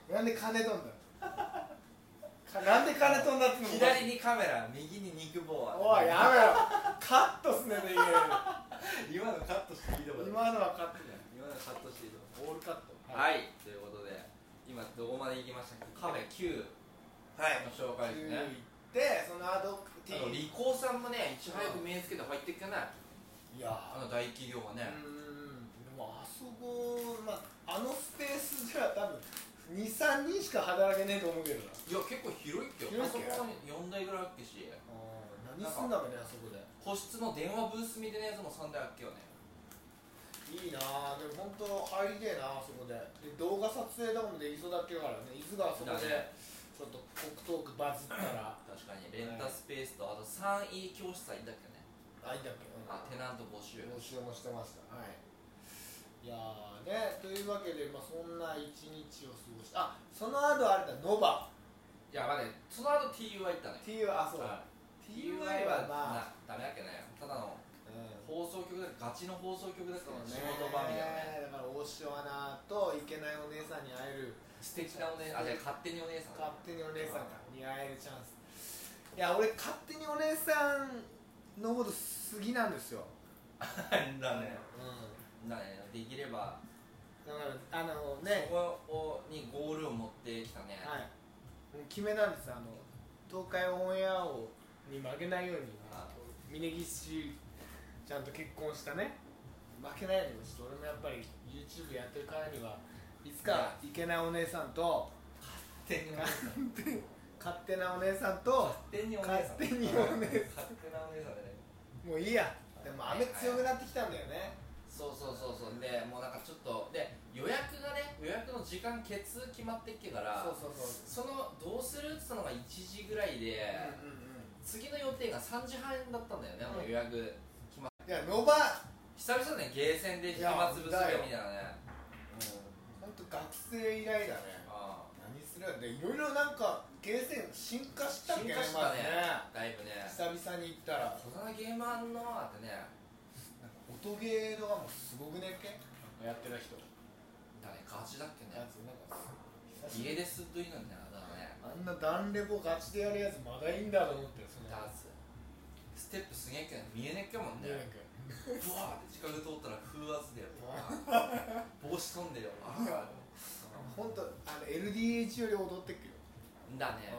[SPEAKER 1] めろなんで金飛んだかなんで金飛んだってのもおかし
[SPEAKER 2] 左
[SPEAKER 1] い
[SPEAKER 2] にカメラ右に肉棒
[SPEAKER 1] おいやめろカットすねと言える
[SPEAKER 2] <laughs> 今のカットしていいとこだ
[SPEAKER 1] 今のはカットだ
[SPEAKER 2] 今のカットしていいと
[SPEAKER 1] よオールカット
[SPEAKER 2] こはい、ということで今どこまで行きましたっけカフェ9
[SPEAKER 1] はい
[SPEAKER 2] の紹介ですね
[SPEAKER 1] でそのアドテ
[SPEAKER 2] あの
[SPEAKER 1] ィ
[SPEAKER 2] リコーさんもねいち早く目つけて入っていかない
[SPEAKER 1] いや
[SPEAKER 2] あの大企業がね、
[SPEAKER 1] うんでもあそこ、まあ、あのスペースじゃ多分23人しか働けねえと思うけどない
[SPEAKER 2] や結構広いっけよあそ
[SPEAKER 1] 広
[SPEAKER 2] こ
[SPEAKER 1] いっけ
[SPEAKER 2] に4台ぐらいあっけし
[SPEAKER 1] 何すんだろうねあそこで
[SPEAKER 2] 個室の電話ブースみたいなやつも3台あっけよね
[SPEAKER 1] いいなあでも本当入りてえなあそこでで動画撮影だもんで磯だけだからね伊豆があそこで
[SPEAKER 2] だね
[SPEAKER 1] ちょっと黒トークバズったら
[SPEAKER 2] 確かにレンタスペースとあと 3E 教室はいいんだっけね
[SPEAKER 1] あいいんだっけうん
[SPEAKER 2] あテナント募集
[SPEAKER 1] 募集もしてましたはいいやーねというわけで、まあ、そんな一日を過ごしてあその後あれだノバ
[SPEAKER 2] いやまあねその後 TUI 行ったね
[SPEAKER 1] TU あそうだ
[SPEAKER 2] はい TUI はまあダメだっけねただの
[SPEAKER 1] うん
[SPEAKER 2] 放送局だガチの放送局だった
[SPEAKER 1] そう
[SPEAKER 2] の
[SPEAKER 1] ね
[SPEAKER 2] 仕事場みたいなね
[SPEAKER 1] だから大塩アナといけないお姉さんに会える
[SPEAKER 2] 素敵なお姉あじゃ勝手にお姉さん
[SPEAKER 1] 勝手にお姉さんに会えるチャンスいや俺勝手にお姉さんのこと好きなんですよ、
[SPEAKER 2] <laughs> だ
[SPEAKER 1] う
[SPEAKER 2] ね
[SPEAKER 1] ん、
[SPEAKER 2] だねできれば
[SPEAKER 1] だからあの
[SPEAKER 2] そ
[SPEAKER 1] ね
[SPEAKER 2] こにゴールを持ってきたね
[SPEAKER 1] はいもう決めなんですあの東海オンエアをに負けないように
[SPEAKER 2] あ
[SPEAKER 1] 峯岸ちゃんと結婚したね負けないようにちょっと俺もやっぱり YouTube やってるからにはいつかいけないお姉さん <laughs> と
[SPEAKER 2] 勝手にお姉さん
[SPEAKER 1] 勝手なお姉さんと
[SPEAKER 2] 勝手にお姉さん
[SPEAKER 1] 勝手にお姉
[SPEAKER 2] さ <laughs> ん勝手なお姉さんでね
[SPEAKER 1] もういいやでも雨強くなってきたんだよね、
[SPEAKER 2] そうそうそうそうでもうなんかちょっとで予約がね予約の時間決決まってっけから
[SPEAKER 1] そうそうそう
[SPEAKER 2] そのどうするって言ったのが1時ぐらいで、
[SPEAKER 1] うんうんうん
[SPEAKER 2] 次の予定が3時半だったんだよね、あの
[SPEAKER 1] うん
[SPEAKER 2] 予約
[SPEAKER 1] いやノバ
[SPEAKER 2] 久々だねゲーセンで暇つぶすみたいなね
[SPEAKER 1] 本当学生以来だね
[SPEAKER 2] あ
[SPEAKER 1] 何するんでいろいろなんかゲーセン進化し
[SPEAKER 2] あ
[SPEAKER 1] たっけ
[SPEAKER 2] 進化したねだいぶね
[SPEAKER 1] まずね久々に行ったら
[SPEAKER 2] 小田ゲーマーのあってね
[SPEAKER 1] なんか音ゲーとかもすごくねっけやってる人
[SPEAKER 2] だねガチだっけ
[SPEAKER 1] や
[SPEAKER 2] ね
[SPEAKER 1] つなんか
[SPEAKER 2] 家ですっといいのになだからね
[SPEAKER 1] あんなダンレボガチでやるやつまだいいんだと思ってその
[SPEAKER 2] ダーツステップすげえっけど見えねえっけもんね、
[SPEAKER 1] ね
[SPEAKER 2] ブワーって近く通ったら風圧で帽子飛んでよああ
[SPEAKER 1] 本当あの LDH より踊ってっけよ
[SPEAKER 2] だね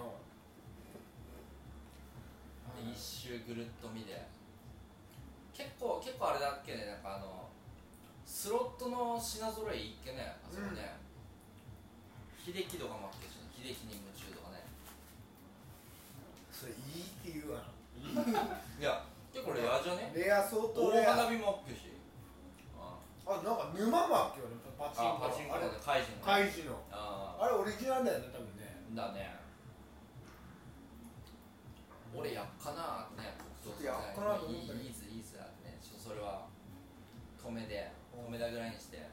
[SPEAKER 1] うん
[SPEAKER 2] で一周ぐるっと見て結構結構あれだっけねなんかあのスロットの品揃えいっけねあそこね、秀樹とかもあっけしね秀樹に夢中とかね
[SPEAKER 1] それいいって言うわ
[SPEAKER 2] いや結これレアじゃね
[SPEAKER 1] レア相当レ
[SPEAKER 2] 大
[SPEAKER 1] ア
[SPEAKER 2] 花火もあるしあ
[SPEAKER 1] あなんか沼マって言われたパチン
[SPEAKER 2] あ
[SPEAKER 1] コ
[SPEAKER 2] パチンコ
[SPEAKER 1] あれ
[SPEAKER 2] の怪人の
[SPEAKER 1] 開示の
[SPEAKER 2] あ
[SPEAKER 1] あれオリジナルだよね多分ね
[SPEAKER 2] ーだね俺やっかなーってね
[SPEAKER 1] ちょっとやっかなと思ったけど
[SPEAKER 2] いいいいずいいずだってねちょっとそれは止めで止めだぐらいにして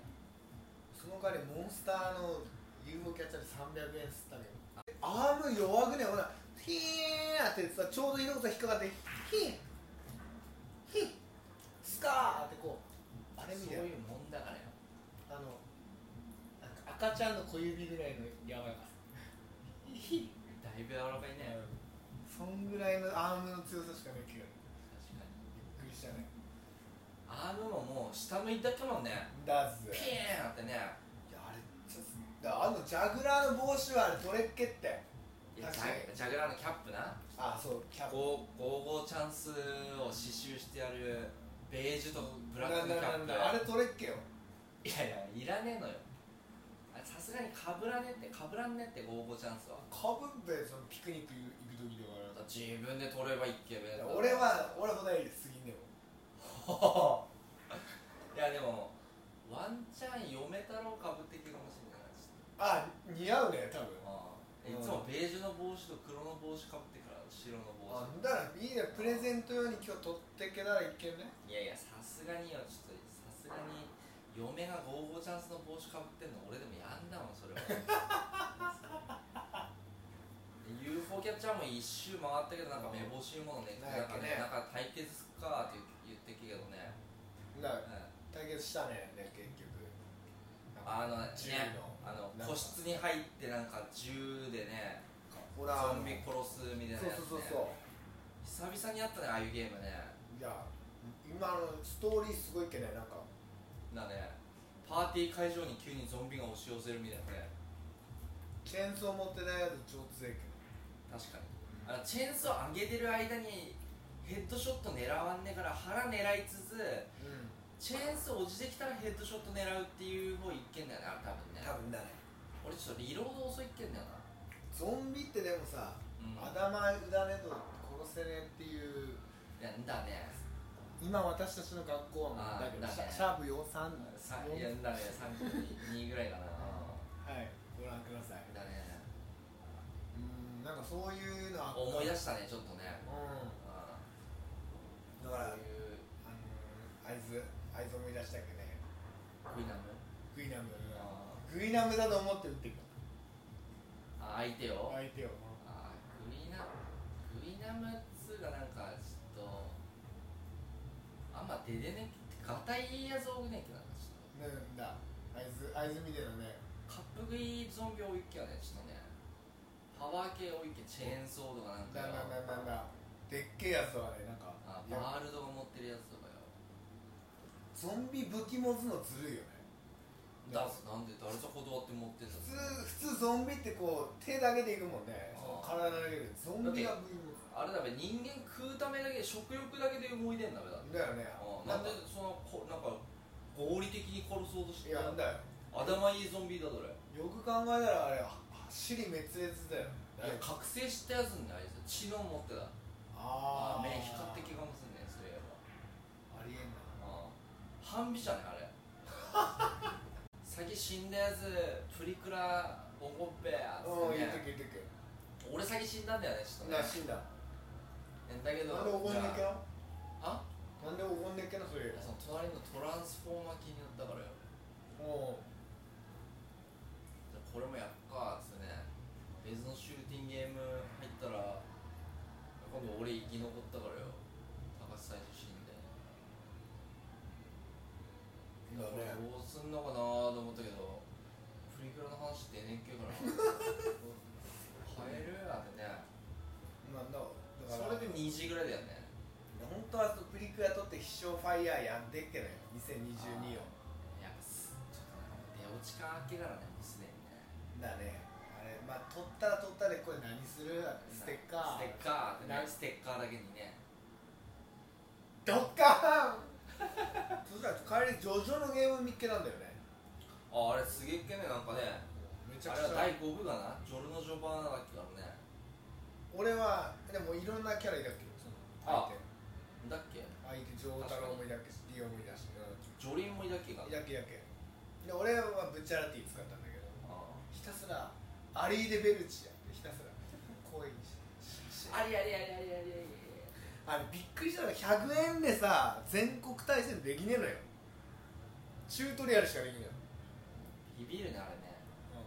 [SPEAKER 1] その代わりモンスターの UFO キャッチャーで300円吸ったのよアーム弱くねほらヒーンってさちょうど井上さん引っかかってヒンヒンスカーってこうあれみ
[SPEAKER 2] そ
[SPEAKER 1] たいうな
[SPEAKER 2] いうもんだからよ
[SPEAKER 1] あのなんか赤ちゃんの小指ぐらいのやばいかヒン
[SPEAKER 2] だいぶ柔らかいね
[SPEAKER 1] そんぐらいのアームの強さしかない気が
[SPEAKER 2] 確かに
[SPEAKER 1] びっくりしたね
[SPEAKER 2] アームももう下向いたけもんね
[SPEAKER 1] だぜ
[SPEAKER 2] ピーンってね
[SPEAKER 1] いやあれちょっとだあのジャグラーの帽子はあれどれっけって
[SPEAKER 2] いやジ
[SPEAKER 1] 確かに
[SPEAKER 2] ャジャグラーのキャップな
[SPEAKER 1] あそうキャップ
[SPEAKER 2] ゴーゴーゴーチャンスを刺繍してやるベージュとブラッ
[SPEAKER 1] な
[SPEAKER 2] ク
[SPEAKER 1] ん
[SPEAKER 2] の
[SPEAKER 1] だ
[SPEAKER 2] キ
[SPEAKER 1] なんだあれ
[SPEAKER 2] ャップ
[SPEAKER 1] どれっけよ
[SPEAKER 2] いやいやいらねえのよあれさすがにかぶらねえってかぶらんねえってゴーゴーチャンスは
[SPEAKER 1] かぶってそのピクニック行く時とか
[SPEAKER 2] 自分で取ればいけべ
[SPEAKER 1] だから俺は俺ほどいいすぎんね
[SPEAKER 2] ほほいやでもワンチャン嫁太郎かぶってきてるかもしれないちょっ
[SPEAKER 1] あ似合うね多分
[SPEAKER 2] とああいつもベージュの帽子と黒の帽子かぶってから白の帽
[SPEAKER 1] あ
[SPEAKER 2] 子
[SPEAKER 1] だからいいねプレゼント用に今日取ってけたらいけんね
[SPEAKER 2] いやいやさすがによちょっとさすがに嫁がゴーゴーチャンスの帽子かぶってんの俺でもやんだもんそれは UFO キャッチャーも一周回ったけどなんか目星いうものねなんかねなんか対決すっかって言ってきけどね、
[SPEAKER 1] だから
[SPEAKER 2] うん
[SPEAKER 1] 対決したねね結局
[SPEAKER 2] あのね
[SPEAKER 1] 銃の
[SPEAKER 2] あの
[SPEAKER 1] なんか
[SPEAKER 2] 個室に入ってなんか銃でね
[SPEAKER 1] ほら
[SPEAKER 2] ゾンビ殺すみたいな
[SPEAKER 1] そう
[SPEAKER 2] や
[SPEAKER 1] そうそうそ
[SPEAKER 2] つね
[SPEAKER 1] う
[SPEAKER 2] 久々にやったねああいうゲームね
[SPEAKER 1] いや今のストーリーすごいっけねなんか
[SPEAKER 2] だねパーティー会場に急にゾンビが押し寄せるみたいなね
[SPEAKER 1] チェーンソー持ってないやつ上手だけど
[SPEAKER 2] 確かにあのチェーンソー上げてる間にヘッドショット狙わんねえから腹狙いつつ
[SPEAKER 1] うん
[SPEAKER 2] チェーンソー落ちてきたらヘッドショット狙うっていう方一見だよねあれ多分ね
[SPEAKER 1] 多分だね
[SPEAKER 2] 俺ちょっとリロード遅いっけんだよな
[SPEAKER 1] ゾンビってでもさ、
[SPEAKER 2] うん
[SPEAKER 1] 頭うだねと殺せねえっていう
[SPEAKER 2] いやんだね
[SPEAKER 1] 今私たちの学校はもう
[SPEAKER 2] あ
[SPEAKER 1] だ
[SPEAKER 2] ー
[SPEAKER 1] けど
[SPEAKER 2] だね
[SPEAKER 1] シャシャープ予算
[SPEAKER 2] さいやんだね32ぐらいかな
[SPEAKER 1] はいご覧ください
[SPEAKER 2] だね
[SPEAKER 1] うんなんかそういうのは
[SPEAKER 2] 思
[SPEAKER 1] う
[SPEAKER 2] い
[SPEAKER 1] ん
[SPEAKER 2] 出したねちょっとねう
[SPEAKER 1] だからあの
[SPEAKER 2] んこう
[SPEAKER 1] 会
[SPEAKER 2] いう
[SPEAKER 1] 津会津思い出したっけね
[SPEAKER 2] クイナム
[SPEAKER 1] グイナムだな
[SPEAKER 2] あ
[SPEAKER 1] グイナムだと思って打ってく
[SPEAKER 2] あ相手を
[SPEAKER 1] 相手を
[SPEAKER 2] あーグイナグイナムっつうかなんかちょっとあんま出でねえガタイやぞぐねえけどなんかちょっ
[SPEAKER 1] なんだ会津会津みたいなね
[SPEAKER 2] とカップ食いゾンビ多いっけやねちょっとねパワー系多いっけチェーンソードがなんか
[SPEAKER 1] だん
[SPEAKER 2] よ
[SPEAKER 1] だんだんだんだでっけえやつはねなんか
[SPEAKER 2] あ
[SPEAKER 1] いや
[SPEAKER 2] バールドが持ってるやつとかよ
[SPEAKER 1] ゾンビ武器持つのずるいよね
[SPEAKER 2] だなんで誰とこだわって持ってんの
[SPEAKER 1] 普通普通ゾンビってこう手だけでいくもんねその体だけでゾンビが武器持つ
[SPEAKER 2] あれだべ人間食うためだけで食欲だけで動いてんだべだって
[SPEAKER 1] だよね
[SPEAKER 2] あ
[SPEAKER 1] なか
[SPEAKER 2] なんんでそのこなんか合理的に殺そうとし
[SPEAKER 1] い
[SPEAKER 2] て
[SPEAKER 1] やなんだよ
[SPEAKER 2] 頭いいゾンビだどれい
[SPEAKER 1] よく考えたらあれ走り滅裂だよ
[SPEAKER 2] や覚醒したやつんだあいつ知能持ってた
[SPEAKER 1] ああ
[SPEAKER 2] ああ目光ってきかもしんねそれや
[SPEAKER 1] あ
[SPEAKER 2] ば
[SPEAKER 1] りえんな
[SPEAKER 2] ああ半身じゃねあれ <laughs> 先死んだやつプリクラボコッペやつっ
[SPEAKER 1] うん
[SPEAKER 2] て
[SPEAKER 1] 言
[SPEAKER 2] ね
[SPEAKER 1] ってけ言って
[SPEAKER 2] 俺先死んだんだよねちょっ
[SPEAKER 1] け
[SPEAKER 2] とね
[SPEAKER 1] な死んだ
[SPEAKER 2] だけど
[SPEAKER 1] なんで怒んねっけ
[SPEAKER 2] じゃ
[SPEAKER 1] な
[SPEAKER 2] ああ
[SPEAKER 1] なんで怒んねっけなそれ
[SPEAKER 2] いやその隣のトランスフォーマー気になったからよ
[SPEAKER 1] も
[SPEAKER 2] じゃあこれもやっかっつってね別のシューティングゲーム入ったら今度俺生き残ったからよ高橋最初死んで
[SPEAKER 1] うだ
[SPEAKER 2] これ
[SPEAKER 1] ね
[SPEAKER 2] どうすんのかなーと思ったけどプリクラの話出ねっけから変えるやってね
[SPEAKER 1] なんだだから
[SPEAKER 2] それで2時ぐらいだよね
[SPEAKER 1] 本当はプリクラ取って必勝ファイヤーやってっけなよ2022を
[SPEAKER 2] やっぱすちょっとなんか出落ち感あっけからねもうすでにね
[SPEAKER 1] だねあれまあ取ったら取ったでこれ何するステッカー
[SPEAKER 2] ステッカーって
[SPEAKER 1] な
[SPEAKER 2] ねステッカーだけにね
[SPEAKER 1] ドッカーンそしたら帰りジョジョのゲーム見っけなんだよね
[SPEAKER 2] ああれすげえっけねなんかね
[SPEAKER 1] めちゃ
[SPEAKER 2] あ
[SPEAKER 1] くち
[SPEAKER 2] れは
[SPEAKER 1] ゃ
[SPEAKER 2] 第5部かなジョルノ・ジョバーナだっけからね
[SPEAKER 1] 俺はでもいろんなキャラいたっけどその相手
[SPEAKER 2] だっけ
[SPEAKER 1] 相手上太郎もいたけリオもいたしな
[SPEAKER 2] ジョリンもいだっけが
[SPEAKER 1] やけやけで俺はぶっちゃらって使ったんだけど
[SPEAKER 2] あ
[SPEAKER 1] ひたすらアリーデ・ベルチやってひたすら声にして
[SPEAKER 2] ーありありありありあ
[SPEAKER 1] あれ
[SPEAKER 2] り
[SPEAKER 1] びっくりしたのが100円でさ全国対戦できねえのよチュートリアルしかできね
[SPEAKER 2] ビビるねあれね
[SPEAKER 1] え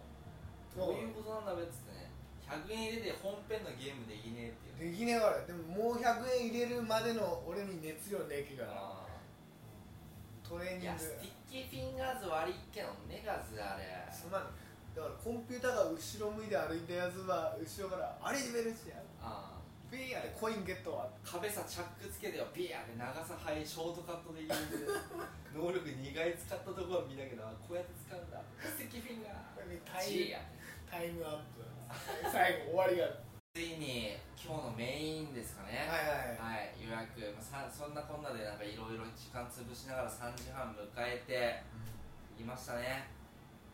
[SPEAKER 1] の
[SPEAKER 2] どういうことなんだべっつってね100円入れて本編のゲームできねえってい
[SPEAKER 1] でき
[SPEAKER 2] う
[SPEAKER 1] ねえからでももう100円入れるまでの俺に熱量ねえけがな
[SPEAKER 2] あ
[SPEAKER 1] トレーニング
[SPEAKER 2] ーいやスティッキーフィンガーズ悪いけどネガズあれ
[SPEAKER 1] すまんだからコンピューターが後ろ向いて歩いたやつは後ろから「アリーデ・ベルチや
[SPEAKER 2] あ
[SPEAKER 1] フィーやでコインゲットは」
[SPEAKER 2] ー壁さチャックつけてよビアで長さはいショートカット
[SPEAKER 1] <laughs>
[SPEAKER 2] できるんで能力2回使ったとこは見たけどあこうやって使うんだスティッキーフィンガ
[SPEAKER 1] これね
[SPEAKER 2] ー
[SPEAKER 1] タイ
[SPEAKER 2] ジーや
[SPEAKER 1] タイムアップ最後終わりがある
[SPEAKER 2] ついに今日のメインですかね
[SPEAKER 1] はいはいはい
[SPEAKER 2] はい、予約、まあ、さそんなこんなでなんかいろいろ時間潰しながら3時半迎えていましたね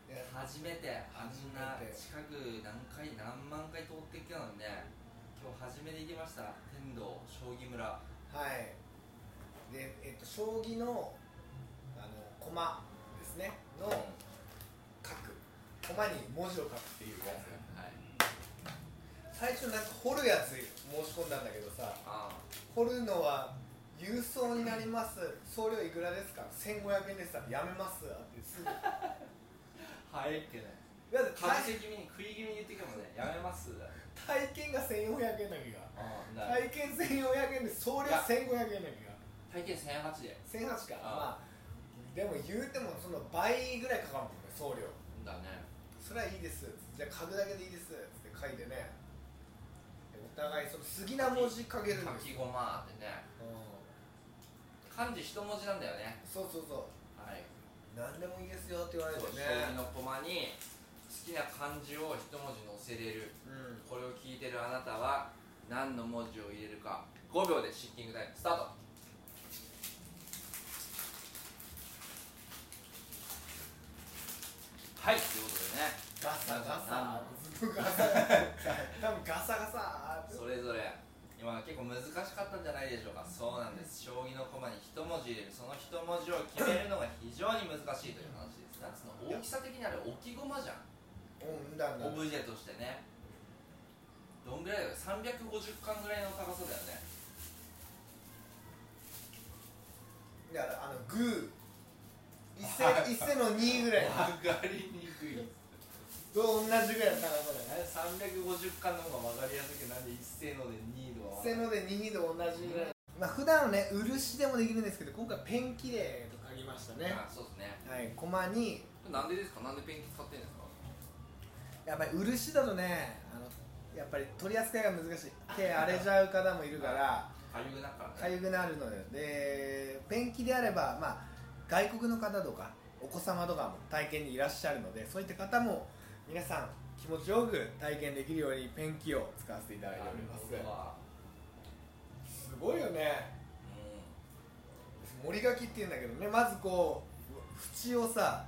[SPEAKER 1] ね
[SPEAKER 2] 初めてあんな
[SPEAKER 1] 初めて
[SPEAKER 2] 近く何回何万回通ってきたのにね今日初めて行きました天童将棋村
[SPEAKER 1] はいで、えっと、将棋のあの駒ですねの
[SPEAKER 2] はい
[SPEAKER 1] 書く駒に文字を書くっていうやつ最初なんか掘るやつ申し込んだんだけどさ
[SPEAKER 2] あ
[SPEAKER 1] 掘るのは郵送になります送料いくらですか1500円ですやめますってす <laughs> ぐだって
[SPEAKER 2] あはいってね
[SPEAKER 1] 体
[SPEAKER 2] 風邪気味に食い気味に言ってきたもんねやめます
[SPEAKER 1] 体験が1400円だけ
[SPEAKER 2] ああ
[SPEAKER 1] が
[SPEAKER 2] な
[SPEAKER 1] 体験1400円で送料1500円だけが
[SPEAKER 2] 体験1008で
[SPEAKER 1] 1008か
[SPEAKER 2] あ
[SPEAKER 1] まあでも言うてもその倍ぐらいかかるもんね送料
[SPEAKER 2] だね
[SPEAKER 1] それはいいですじゃあ書くだけでいいですって書いてねお互いその杉な文字書けるん
[SPEAKER 2] か
[SPEAKER 1] です
[SPEAKER 2] き
[SPEAKER 1] よ、
[SPEAKER 2] ごまでね
[SPEAKER 1] うん
[SPEAKER 2] 漢字一文字なんだよね
[SPEAKER 1] そうそうそう
[SPEAKER 2] はい
[SPEAKER 1] 何でもいいですよって言われて
[SPEAKER 2] そう将棋
[SPEAKER 1] ね
[SPEAKER 2] の駒に好きな漢字を一文字載せれる
[SPEAKER 1] うん
[SPEAKER 2] これを聞いてるあなたは何の文字を入れるか5秒でシッキングタイムスタートはいということでね
[SPEAKER 1] ガサガサずっとガサ <laughs> 多分ガサガサ
[SPEAKER 2] それぞれ今結構難しかったんじゃないでしょうかそうなんです将棋の駒に一文字入れるその一文字を決めるのが非常に難しいという話ですなんつうの大きさ的にあれ置き駒じゃん
[SPEAKER 1] うんだんだ
[SPEAKER 2] オブジェとしてねどんぐらいだろう350巻ぐらいの高さだよね
[SPEAKER 1] だからあのグー一世 <laughs> 一世の2ぐらい
[SPEAKER 2] 分かりにくい
[SPEAKER 1] と同じぐらいの高さだよね
[SPEAKER 2] 350巻の方が分かりやすくなんで一斉ので2度
[SPEAKER 1] せので2と同じぐらい、まあ普段ね漆でもできるんですけど今回ペンキで書きましたね
[SPEAKER 2] あそうですね
[SPEAKER 1] はい駒に
[SPEAKER 2] これなんでですかなんでペンキ使ってんですか
[SPEAKER 1] やっぱり漆だとねあのやっぱり取り扱いが難しい手荒れちゃう方もいるから
[SPEAKER 2] かゆくなっからね
[SPEAKER 1] 痒くなるのよでペンキであれば、まあ、外国の方とかお子様とかも体験にいらっしゃるのでそういった方も皆さん気持ちよく体験できるようにペンキを使わせていただいております
[SPEAKER 2] なるほどわ
[SPEAKER 1] すごいよね
[SPEAKER 2] う
[SPEAKER 1] 森書きっていうんだけどねまずこう縁をさ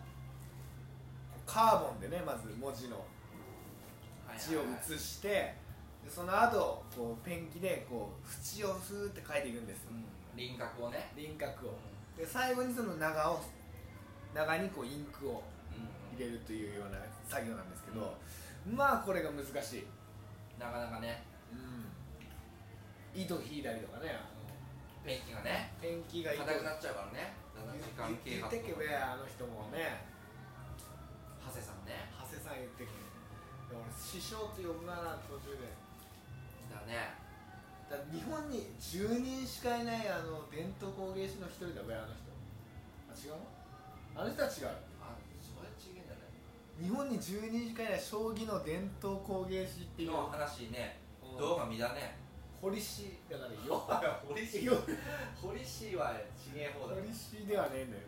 [SPEAKER 1] カーボンでねまず文字の
[SPEAKER 2] んはい
[SPEAKER 1] 字を写してでその後こうペンキでこう縁をスーって書いていくんですよ
[SPEAKER 2] うん輪郭をね
[SPEAKER 1] 輪郭
[SPEAKER 2] う
[SPEAKER 1] を
[SPEAKER 2] ん
[SPEAKER 1] で最後にその長を長にこうインクを
[SPEAKER 2] うん
[SPEAKER 1] 入れるというような作業なんですけど、まあこれが難しい、
[SPEAKER 2] なかなかね
[SPEAKER 1] 糸引いたりとかねあ
[SPEAKER 2] ペンキがね
[SPEAKER 1] のペンキが糸
[SPEAKER 2] 硬くなっちゃうからねだんだん時間
[SPEAKER 1] 言
[SPEAKER 2] 経
[SPEAKER 1] っ
[SPEAKER 2] 過と
[SPEAKER 1] て
[SPEAKER 2] と
[SPEAKER 1] け
[SPEAKER 2] も
[SPEAKER 1] べ
[SPEAKER 2] に
[SPEAKER 1] あの人もね
[SPEAKER 2] 長谷さんね
[SPEAKER 1] 長谷さん言ってけで俺師匠って呼ぶなら途中で
[SPEAKER 2] だね
[SPEAKER 1] だから日本に10人しかいないあの伝統工芸士の一人だべあの人あ違うのあの人は違う
[SPEAKER 2] あそれ違うんじゃない
[SPEAKER 1] 日本に10人しかいない将棋の伝統工芸士っていう
[SPEAKER 2] の話ね
[SPEAKER 1] うん
[SPEAKER 2] 動画見だね
[SPEAKER 1] 堀氏だからよ <laughs>
[SPEAKER 2] 堀
[SPEAKER 1] 氏
[SPEAKER 2] 堀氏はちげえ方だ
[SPEAKER 1] 堀氏ではねえんだよ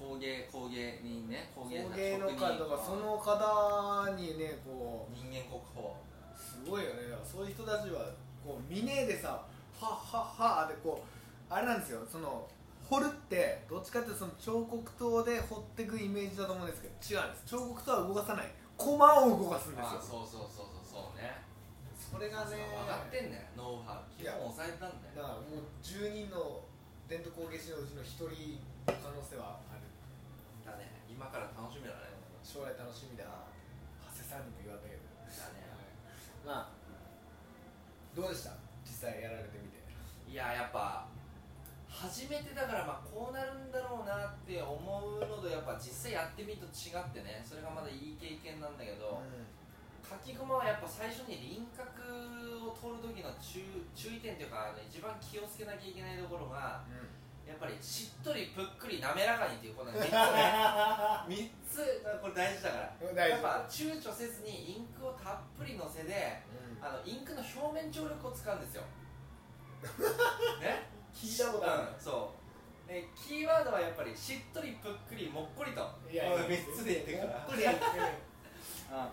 [SPEAKER 2] 工芸工芸にね工
[SPEAKER 1] 工
[SPEAKER 2] 芸
[SPEAKER 1] 芸の方とかその方にねこ
[SPEAKER 2] 人間国
[SPEAKER 1] う
[SPEAKER 2] 宝
[SPEAKER 1] すごいよねだからそういう人たちはこう峰でさ「はっはっは」でこうあれなんですよその掘るってどっちかっていうとその彫刻刀で掘ってくイメージだと思うんですけど違うんです彫刻刀は動かさない駒を動かすんです
[SPEAKER 2] あ
[SPEAKER 1] よ
[SPEAKER 2] そうそうそうそうそうね
[SPEAKER 1] そそれがね
[SPEAKER 2] 上がってんねノウハウ基本抑えたんだ
[SPEAKER 1] だ
[SPEAKER 2] よ
[SPEAKER 1] からもう10人の伝統工芸士のうちの1人の可能性はある
[SPEAKER 2] だね今から楽しみだね
[SPEAKER 1] 将来楽しみだな長谷さんにも言われたけど
[SPEAKER 2] だね
[SPEAKER 1] まあどうでした実際やられてみて
[SPEAKER 2] いややっぱ初めてだからまあこうなるんだろうなって思うのとやっぱ実際やってみると違ってねそれがまだいい経験なんだけど、かきごまはやっぱ最初に輪郭を通る時の注注意点というかあの一番気をつけなきゃいけないところがやっぱりしっとりぷっくり滑らかにっていうこの3つね
[SPEAKER 1] <laughs>
[SPEAKER 2] 3つこれ大事だから
[SPEAKER 1] うん大事
[SPEAKER 2] やっぱ躊躇せずにインクをたっぷりのせであのインクの表面張力を使うんです
[SPEAKER 1] <laughs>
[SPEAKER 2] よね
[SPEAKER 1] 聞いたことある
[SPEAKER 2] うん、そうでキーワードはやっぱりしっとりぷっくりもっこりと
[SPEAKER 1] いやいや
[SPEAKER 2] うん3つでやってくか
[SPEAKER 1] も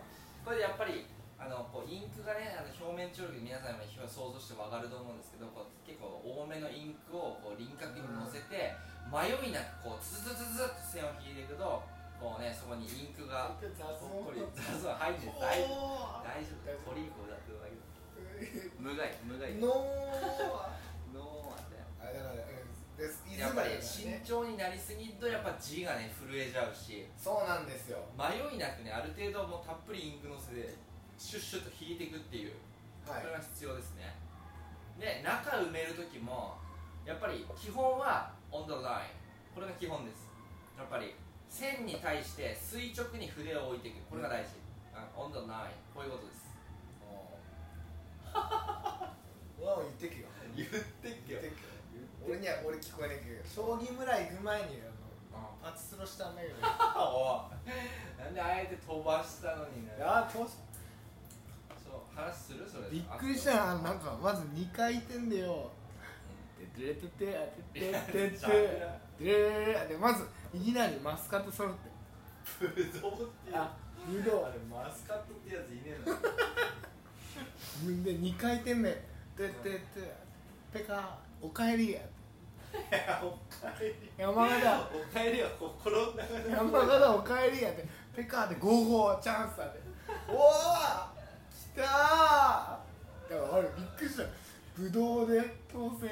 [SPEAKER 1] っこりやってる
[SPEAKER 2] らこれでやっぱりあのこうインクがねあの表面張力皆さんも想像してわかると思うんですけどこう結構多めのインクをこう輪郭にのせて迷いなくこうツツツツツって線を引いていくとこうねそこにインクが
[SPEAKER 1] 雑
[SPEAKER 2] ほっこり
[SPEAKER 1] 音
[SPEAKER 2] 雑音入って
[SPEAKER 1] お
[SPEAKER 2] 大丈夫
[SPEAKER 1] ー
[SPEAKER 2] 大丈夫鳥以降だってだけど無害無害
[SPEAKER 1] の
[SPEAKER 2] ノーマンだよ
[SPEAKER 1] あだからうんです
[SPEAKER 2] やっぱり
[SPEAKER 1] 出
[SPEAKER 2] 慎
[SPEAKER 1] 雲だからね
[SPEAKER 2] 重になりすぎるとやっぱ字がね震えちゃうし
[SPEAKER 1] そうなんですよ
[SPEAKER 2] 迷いなくねある程度もうたっぷりインクのせでシュッシュッと引いていくっていう
[SPEAKER 1] はい
[SPEAKER 2] それが必要ですねで中埋める時もやっぱり基本はオンドラインこれが基本ですやっぱり線に対して垂直に筆を置いていくこれが大事、オンドラインこういうことです
[SPEAKER 1] わお言ってけよ
[SPEAKER 2] 言ってっ
[SPEAKER 1] 言ってけよ俺には俺聞こえねえけど将棋村行く前にあのパチスロしたんだけど
[SPEAKER 2] おいなんであえて飛ばしたのにね
[SPEAKER 1] あと
[SPEAKER 2] そう話するそれ
[SPEAKER 1] びっくりしたななんかまず2回転でよでででででででででまずいきなりマスカット揃って
[SPEAKER 2] ブドウっていう
[SPEAKER 1] あ
[SPEAKER 2] あ
[SPEAKER 1] ブドウ
[SPEAKER 2] れマスカットってやついねえの
[SPEAKER 1] で2回転目でででペカおかえりや
[SPEAKER 2] おかえり
[SPEAKER 1] 山形
[SPEAKER 2] おかえりは心の中で
[SPEAKER 1] 山形おかえりやでペカーでゴーゴーチャンスだでおおきたーだからあれびっくりしたブドウで当選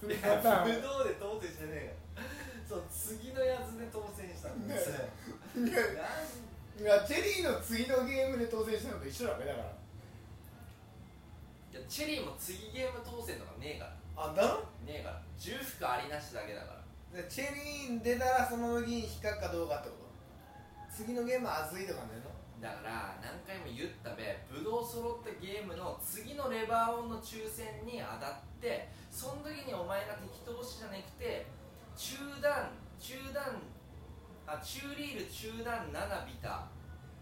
[SPEAKER 1] する
[SPEAKER 2] い
[SPEAKER 1] パ
[SPEAKER 2] や
[SPEAKER 1] タ
[SPEAKER 2] ブ
[SPEAKER 1] ーン
[SPEAKER 2] ドウで当選してねえからそう次のやつで当選したんです
[SPEAKER 1] ね
[SPEAKER 2] なん
[SPEAKER 1] いやチェリーの次のゲームで当選したのと一緒だねだから
[SPEAKER 2] いやチェリーも次ゲーム当選とかねえから
[SPEAKER 1] あだろ
[SPEAKER 2] ねえから重複ありなしだけだから
[SPEAKER 1] チェリーに出たらその時に引っかくかどうかってこと次のゲームは熱いとかね
[SPEAKER 2] だから何回も言ったべブドウ揃ったゲームの次のレバーオンの抽選に当たってその時にお前が適当しじゃなくて中段中段あ中リール中段7ビタ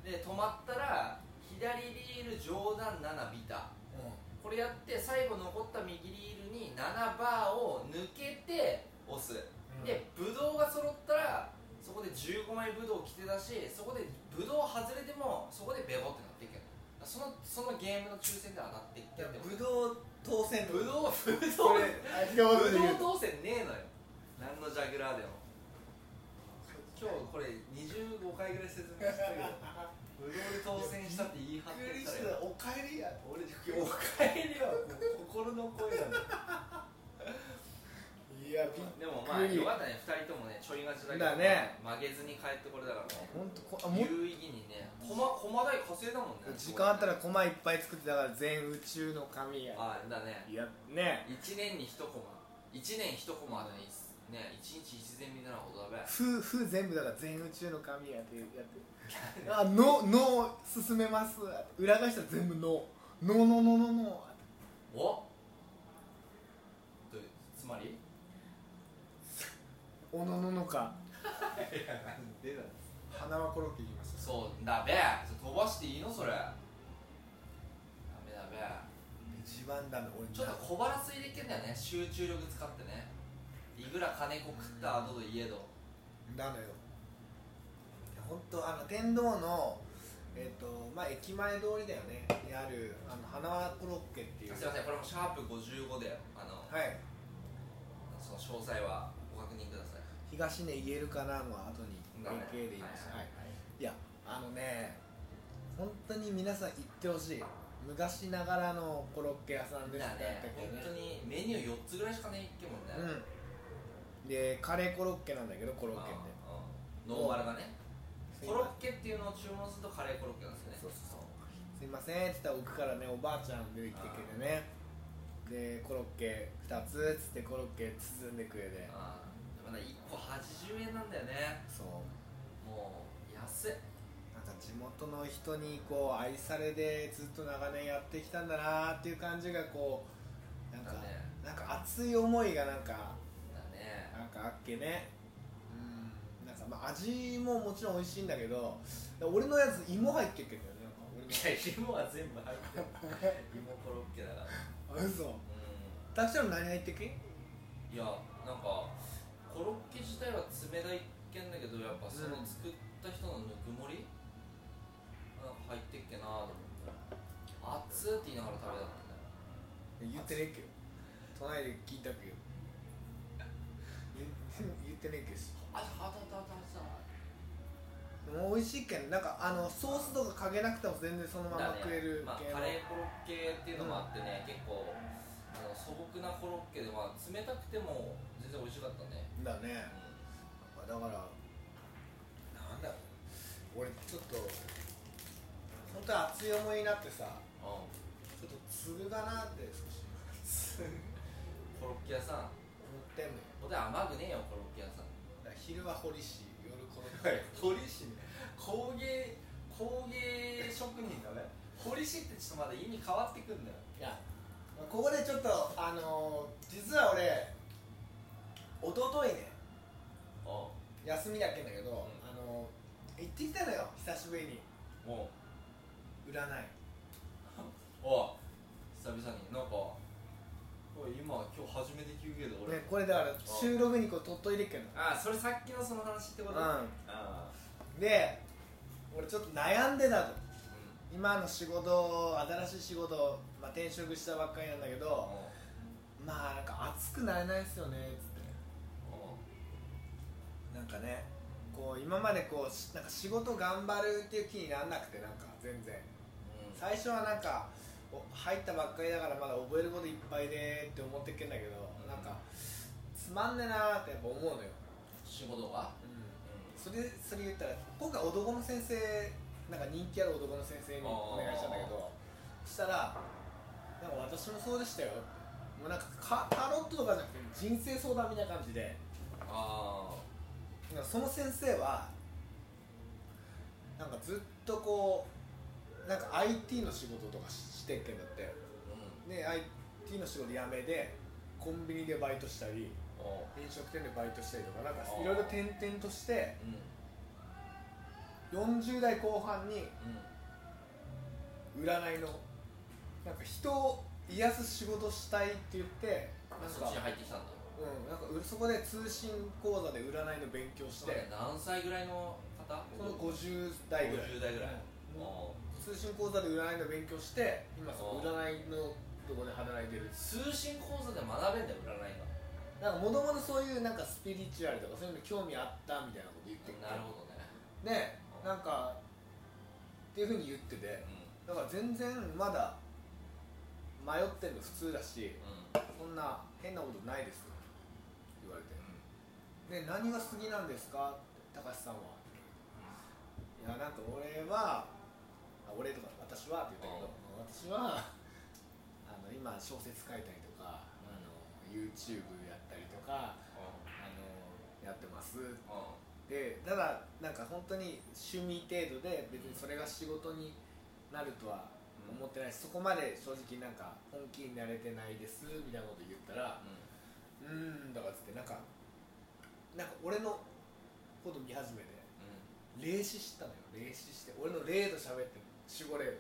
[SPEAKER 2] で止まったら左リール上段7ビタ
[SPEAKER 1] う
[SPEAKER 2] これやって最後残った右リールに7バーを抜けて押す、
[SPEAKER 1] うん
[SPEAKER 2] でブドウが揃ったらそこで15枚ブドウ着てたしそこでブドウ外れてもそこでベロってなっていくそのそのゲームの抽選で当たっていってってこと
[SPEAKER 1] ドウ当選
[SPEAKER 2] ブ
[SPEAKER 1] ウ
[SPEAKER 2] ドウブドウブ
[SPEAKER 1] そ
[SPEAKER 2] ド
[SPEAKER 1] れ
[SPEAKER 2] ウ
[SPEAKER 1] あひどいこと言う
[SPEAKER 2] 当選ねえのよ何のジャグラーでも今日これ25回ぐらい説明したけ <laughs> どブドウで当選したって言い張って
[SPEAKER 1] びっくり
[SPEAKER 2] た
[SPEAKER 1] し
[SPEAKER 2] ら
[SPEAKER 1] たおかえりや
[SPEAKER 2] 俺 <laughs> おかえりは心の声なんだ
[SPEAKER 1] いやびっくり
[SPEAKER 2] でもまあよかったね2人ともねちょい勝ちだけど
[SPEAKER 1] だね
[SPEAKER 2] 曲げずに帰ってこれだからね
[SPEAKER 1] ほんとこあもう
[SPEAKER 2] 有意義にね駒駒台稼いだもんね
[SPEAKER 1] 時間あったらコマいっぱい作ってだから全宇宙の紙や
[SPEAKER 2] ああだね
[SPEAKER 1] いやね
[SPEAKER 2] 1年に1コマ1年1コマだねいつね1日1膳みたいなことだべ
[SPEAKER 1] ふふ全部だから全宇宙の紙やってやってあのの進めます裏返したら全部のののののの
[SPEAKER 2] おどういうつまり
[SPEAKER 1] おのののか
[SPEAKER 2] 出た
[SPEAKER 1] 花はコロッケ言いまし
[SPEAKER 2] そうだべそれ飛ばしていいのそれダメだべ
[SPEAKER 1] 一番ダメ俺
[SPEAKER 2] ちょっと小腹空いてきてんだよね集中力使ってねいくら金子食った後といえど
[SPEAKER 1] なのよ本当あの天童のえっ、とまあ駅前通りだよねにあるあの花輪コロッケっていう
[SPEAKER 2] すいませんこれもシャープ55であの
[SPEAKER 1] はい
[SPEAKER 2] その詳細はご確認ください
[SPEAKER 1] 東根言えるかなの後に
[SPEAKER 2] だね
[SPEAKER 1] AK で言いました、
[SPEAKER 2] はい
[SPEAKER 1] い、いやあのね本当に皆さん行ってほしい昔ながらのコロッケ屋さんでし
[SPEAKER 2] だ
[SPEAKER 1] た
[SPEAKER 2] ね本当にメニュー4つぐらいしかないってもんね、うん、
[SPEAKER 1] うんでカレーコロッケなんだけどコロッケって
[SPEAKER 2] ノーマルがね
[SPEAKER 1] すい
[SPEAKER 2] コ
[SPEAKER 1] ま
[SPEAKER 2] ロッケっていうのを注文するとカレーコロッケなんです
[SPEAKER 1] そう
[SPEAKER 2] よね
[SPEAKER 1] そうすいませんって言ったら奥からねおばあちゃん出てきてくれてねでコロッケ2つっつってコロッケ包んでくれて
[SPEAKER 2] あーでもね1個80円なんだよね
[SPEAKER 1] そう
[SPEAKER 2] もう安い
[SPEAKER 1] なんか地元の人にこう愛されでずっと長年やってきたんだなっていう感じがこうなんか、
[SPEAKER 2] だね
[SPEAKER 1] なんか熱い思いがなんか
[SPEAKER 2] だね
[SPEAKER 1] なんかあっけねうんなんかまあ味ももちろん美味しいんだけど俺のやつ芋入ってるけどねなんか俺
[SPEAKER 2] いや芋は全部入ってる芋コロッケだから
[SPEAKER 1] のあ嘘
[SPEAKER 2] う
[SPEAKER 1] たくちゃんの何入ってけ
[SPEAKER 2] んいやなんかコロッケ自体は冷たいけんだけどやっぱその作った人のぬくもり、なんか入ってっけなと思って熱っって言いながら食べたもんね
[SPEAKER 1] 言ってねえけど隣で聞いたけど言言ってねえけどし
[SPEAKER 2] あはたたたた
[SPEAKER 1] でも美味しいけんなんかあのソースとかかけなくても全然そのまま食える
[SPEAKER 2] まあ、
[SPEAKER 1] 系の
[SPEAKER 2] カレーコロッケっていうのもあってね、結構あの素朴なコロッケで、まあ、冷たくても全然美味しかったね、
[SPEAKER 1] だね
[SPEAKER 2] う
[SPEAKER 1] だからなんだろう俺ちょっと本当に熱い思いになってさ
[SPEAKER 2] ん
[SPEAKER 1] ちょっと粒だなって少し
[SPEAKER 2] コロッケ屋さん
[SPEAKER 1] 思ってんのよ
[SPEAKER 2] ほんで甘くねえよコロッケ屋さん
[SPEAKER 1] だから昼は堀市夜この
[SPEAKER 2] 堀市ね工芸工芸職人だね堀市ってちょっとまだ意味変わってくんだよ
[SPEAKER 1] いやここでちょっとあのー実は俺一昨日ね
[SPEAKER 2] お
[SPEAKER 1] 休みだっけんだけど、
[SPEAKER 2] ん
[SPEAKER 1] あのー行ってきたのよ久しぶりに
[SPEAKER 2] お
[SPEAKER 1] 占い
[SPEAKER 2] お久々になんかおい今今日初めて休憩だ俺、
[SPEAKER 1] ねこれだから収録にこう取っといてっけんの
[SPEAKER 2] ああそれさっきのその話ってこと、ああ
[SPEAKER 1] で俺ちょっと悩んでたと
[SPEAKER 2] うん
[SPEAKER 1] 今の仕事新しい仕事、まあ、転職したばっかりなんだけどまあなんか熱くなれないですよねつってなんかねこう今までこうしなんか仕事頑張るっていう気にならなくてなんか全然最初はなんかお入ったばっかりだからまだ覚えることいっぱいでって思ってっけんだけどなんかつまんねえなーってやっぱ思うのよ、
[SPEAKER 2] 仕事が
[SPEAKER 1] それそれ言ったら今回男の先生なんか人気ある男の先生にお願いしたんだけどそしたら「なんか私もそうでしたよ」ってもうなんかかタロットとかじゃなくて人生相談みたいな感じで
[SPEAKER 2] あ
[SPEAKER 1] なんかその先生はなんかずっとこうなんか IT の仕事とかししてっけんだってで IT の仕事辞めでコンビニでバイトしたり
[SPEAKER 2] あおう
[SPEAKER 1] 飲食店でバイトしたりとかなんか
[SPEAKER 2] あー
[SPEAKER 1] いろいろ転々として
[SPEAKER 2] うん
[SPEAKER 1] 40代後半に占いのなんか人を癒す仕事したいって言ってなん
[SPEAKER 2] うん
[SPEAKER 1] か
[SPEAKER 2] そっちに入ってきたんだ
[SPEAKER 1] うん、なんかうそこで通信講座で占いの勉強して
[SPEAKER 2] 何歳ぐらいの方
[SPEAKER 1] その50代ぐらい
[SPEAKER 2] 50代ぐらい
[SPEAKER 1] うん
[SPEAKER 2] おう
[SPEAKER 1] 通信講座で占いの勉強して今その
[SPEAKER 2] あ
[SPEAKER 1] 占いのとこで働いてる
[SPEAKER 2] 通信講座で学べんだよ占い
[SPEAKER 1] なんかもともとそういうなんかスピリチュアルとかそういうの興味あったみたいなこと言って
[SPEAKER 2] がなるほどね
[SPEAKER 1] どねなんかっていうふうに言ってて
[SPEAKER 2] う
[SPEAKER 1] だから全然まだ迷ってんの普通だし
[SPEAKER 2] んうん
[SPEAKER 1] そんな変なことないですよ言われてで何が好きなんですかって高橋さんはいやなんか俺はあ俺とか私はって言ったけど私はあの今小説書いたりとかあの YouTube やったりとかあのやってますでただなんか本当に趣味程度で別にそれが仕事になるとは思ってないしそこまで正直なんか本気になれてないですみたいなこと言ったらうーんだからつってなんかなんか俺のこと見始めて霊視したのよ霊視して俺の霊と喋ってる守護霊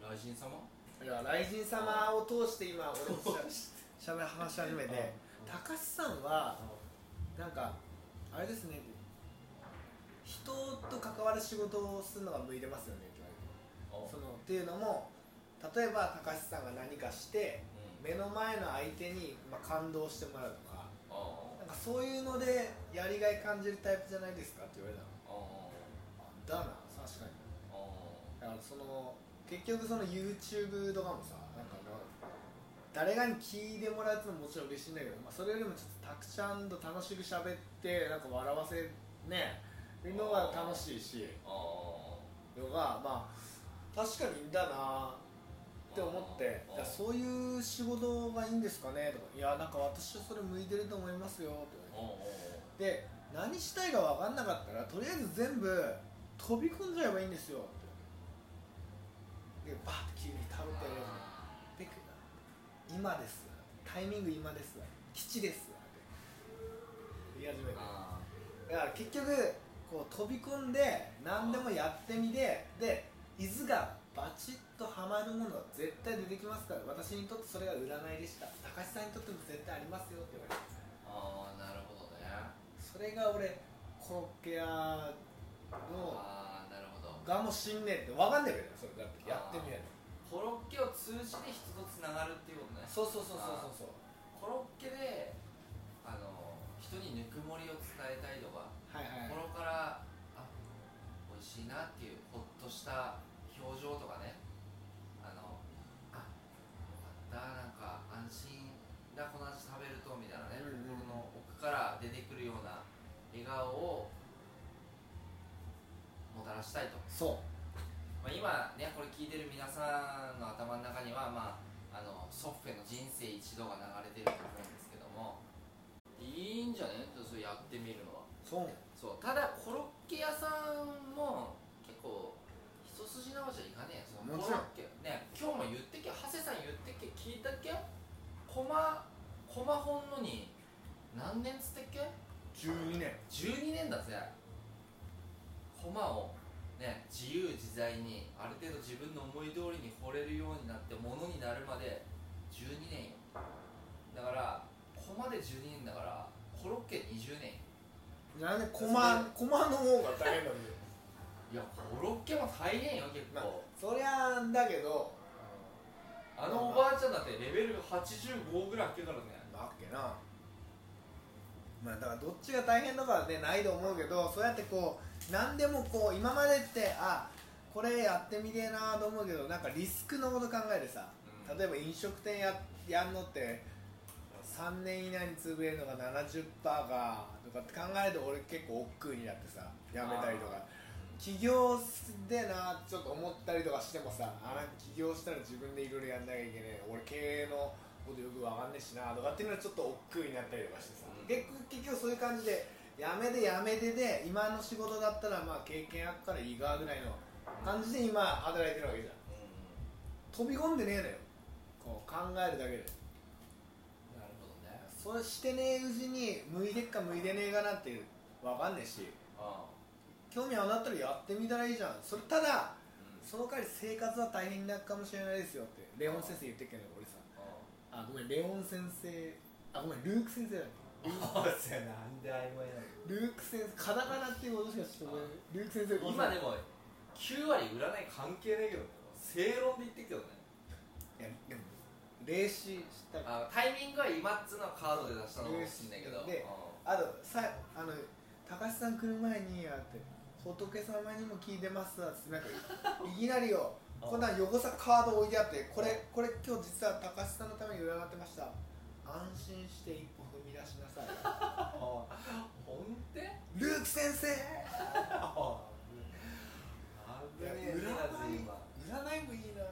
[SPEAKER 2] 雷神様
[SPEAKER 1] とだから雷神様を通して今俺としゃべ話し始めて
[SPEAKER 2] うん
[SPEAKER 1] 高須さんはなんかあれですね人と関わる仕事をするのが向いてますよねって言われてそのっていうのも例えば高須さんが何かして目の前の相手に、まあ、感動してもらうとかなんかそういうのでやりがい感じるタイプじゃないですかって言われたのあだな確かにだからその結局その YouTube とかもさなんか誰かに聞いてもらうってのももちろん嬉しいんだけど、まあ、それよりもちょっとたくちゃんと楽しく喋ってなんか笑わせねるのが楽しいし
[SPEAKER 2] ああ
[SPEAKER 1] のがまあ確かにいいんだなって思って
[SPEAKER 2] あー
[SPEAKER 1] だからそういう仕事がいいんですかねとか「いやなんか私はそれ向いてると思いますよ」とか
[SPEAKER 2] おうおう
[SPEAKER 1] 言ってで何したいか分かんなかったらとりあえず全部飛び込んじゃえばいいんですよってでバーッて急に倒れてで今ですタイミング今です基地ですって言い始めて
[SPEAKER 2] あ
[SPEAKER 1] だから結局こう飛び込んで何でもやってみてで伊豆がバチッとはまるものは絶対出てきますから私にとってそれが占いでした高橋さんにとっても絶対ありますよって言われて
[SPEAKER 2] あなるほどね
[SPEAKER 1] それが俺コロッケ屋の
[SPEAKER 2] ああなるほど
[SPEAKER 1] がもしんねえって分かんねえけどそれだってやってみないと
[SPEAKER 2] コロッケを通じて人とつながるっていうことね
[SPEAKER 1] そうそうそうそうそうそう
[SPEAKER 2] コロッケであの人にぬくもりを伝えたいとか
[SPEAKER 1] はいはい
[SPEAKER 2] 心からあ美味しいなっていうほっとした表情とかねあのあよかったなんか安心だこの味食べるとみたいなね、
[SPEAKER 1] うんうん
[SPEAKER 2] 心の奥から出てくるような笑顔をもたらしたいと、
[SPEAKER 1] そう
[SPEAKER 2] まあ、今ねこれ聞いてる皆さんの頭の中には、まあ、あのソッフェの人生一度が流れてると思うんですけどもいいんじゃねそれやってみるのは。
[SPEAKER 1] そう
[SPEAKER 2] そうただコロッケ屋さんも結構一筋縄じゃいかねえその
[SPEAKER 1] も
[SPEAKER 2] コ
[SPEAKER 1] ちろん
[SPEAKER 2] ロッケね今日も言ってけ長谷さん言ってけ聞いたっけコマコマ本のに何年つってっけ
[SPEAKER 1] 12年
[SPEAKER 2] 12年だぜコマをね自由自在にある程度自分の思い通りに惚れるようになってものになるまで12年よだからコマで12年だからコロッケ20年よ
[SPEAKER 1] なんで駒駒の方が大変なんだよ
[SPEAKER 2] いやコロッケも大変よ結
[SPEAKER 1] まあ
[SPEAKER 2] 構、
[SPEAKER 1] そりゃあんだけど
[SPEAKER 2] あ、のおばあちゃんだってレベル85ぐらいあってるからね
[SPEAKER 1] なっけなまあだからどっちが大変とかはねないと思うけどそうやってこう何でもこう今までってあこれやってみてえなと思うけどなんかリスクのこと考えてさ
[SPEAKER 2] うん
[SPEAKER 1] 例えば飲食店ややんのって3年以内に潰れるのが70%かとかって考えると俺結構億劫になってさやめたりとか起業でなちょっと思ったりとかしてもさあなんか起業したら自分でいろいろやんなきゃいけねえ俺経営のことよくわかんねえしなとかっていうのはちょっと億劫になったりとかしてさ、
[SPEAKER 2] うん
[SPEAKER 1] 結局結局そういう感じでやめでやめでで今の仕事だったらまあ経験あっからいいがぐらいの感じで今働いてるわけじゃん飛
[SPEAKER 2] うん
[SPEAKER 1] び込んでねえのよこう考えるだけで
[SPEAKER 2] なるほどね
[SPEAKER 1] それしてねえうちに向いてっか向いてねえかなんてわかんねえし
[SPEAKER 2] あ
[SPEAKER 1] 興味あなったらやってみたらいいじゃんそれただ
[SPEAKER 2] あうん
[SPEAKER 1] その代わり生活は大変になるかもしれないですよってレオン先生言ってっけど俺さあごめんレオン先生あごめんルーク先生だっ
[SPEAKER 2] ああ <laughs> そうやなんで曖昧な
[SPEAKER 1] けルーク先生カタカナっていうことしかちょっと覚えないルーク先生
[SPEAKER 2] の今でも9割占い関係ないけどね正論で言ってるけどね
[SPEAKER 1] いやでも霊視したり
[SPEAKER 2] あタイミングは今っつうのカードで出したのかもしんないけど
[SPEAKER 1] で
[SPEAKER 2] う
[SPEAKER 1] あとさあの高橋さん来る前にあって仏様にも聞いてますわってなんかいきなりよ
[SPEAKER 2] あ
[SPEAKER 1] こんなん横さカード置いてあってこれこれ今日実は高橋さんのために占ってました安心して一歩踏み出しなさい
[SPEAKER 2] んほんと
[SPEAKER 1] ルーク先生
[SPEAKER 2] あ
[SPEAKER 1] いや
[SPEAKER 2] ぶねえな
[SPEAKER 1] 占い
[SPEAKER 2] 今
[SPEAKER 1] 占いもいいな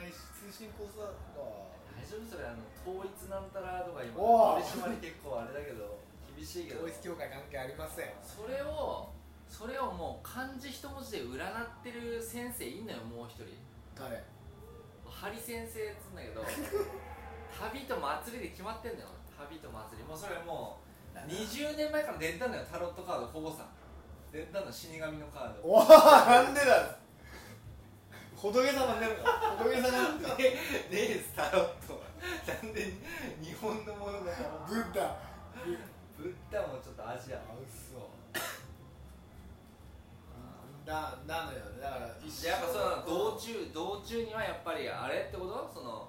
[SPEAKER 1] 占い師通信コースだった
[SPEAKER 2] 大丈夫それあの統一なんたらとか今
[SPEAKER 1] おー
[SPEAKER 2] 取り締まり結構あれだけど厳しいけど
[SPEAKER 1] 統一教会関係ありません
[SPEAKER 2] それをそれをもう漢字一文字で占ってる先生いんのよもう一人
[SPEAKER 1] 誰
[SPEAKER 2] ハリ先生っつうん
[SPEAKER 1] <laughs>
[SPEAKER 2] だけど旅と祭りで決まってんだよ旅と祭りもうそれもう20年前から出たんだよタロットカード保護さん出たの死神のカード
[SPEAKER 1] おおなんでだ仏様になるか仏様になるか
[SPEAKER 2] ねねえですタロットなんで日本のものだから
[SPEAKER 1] ブッダ
[SPEAKER 2] ブッダもちょっとアジア
[SPEAKER 1] あ嘘ななのよだから一
[SPEAKER 2] でやっぱその道中道中にはやっぱりあれってことその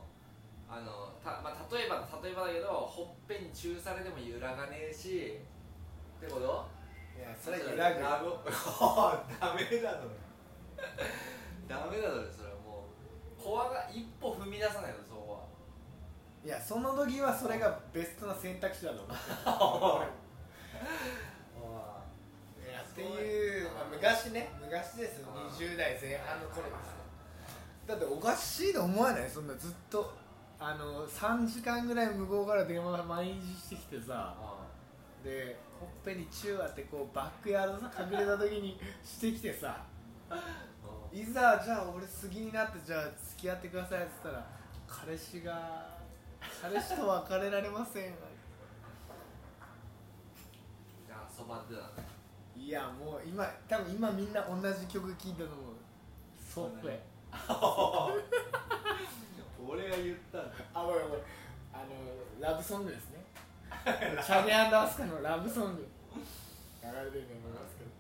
[SPEAKER 2] あのた、まあ、例えば例えばだけどほっぺに中されても揺らがねえしってこと
[SPEAKER 1] いやそれ
[SPEAKER 2] <laughs>
[SPEAKER 1] 揺らぐ
[SPEAKER 2] ラブダメだろダメだろそれはも怖が一歩踏み出さないとそこ
[SPEAKER 1] いやその時はそれがベストな選択肢だと思
[SPEAKER 2] は
[SPEAKER 1] ういやっていう、まあ、昔ね昔ですよ
[SPEAKER 2] うん
[SPEAKER 1] 20代前半の頃ですよだっておかしいと思わないそんなずっとあの3時間ぐらい向こうから電話毎日してきてさでほっぺにチューあってこうバックヤードさ隠れた時にしてきてさいざじゃあ俺好きになってじゃあ付き合ってくださいって言ったら彼氏が彼氏と別れられません
[SPEAKER 2] じゃあそばでだ
[SPEAKER 1] いやもう今多分今みんな同じ曲聴いたと思うソフェ
[SPEAKER 2] 俺が言ったんだ
[SPEAKER 1] あごめんごめんあのラブソングですね <laughs> チャゲアスカのラブソング流れてると思いますけど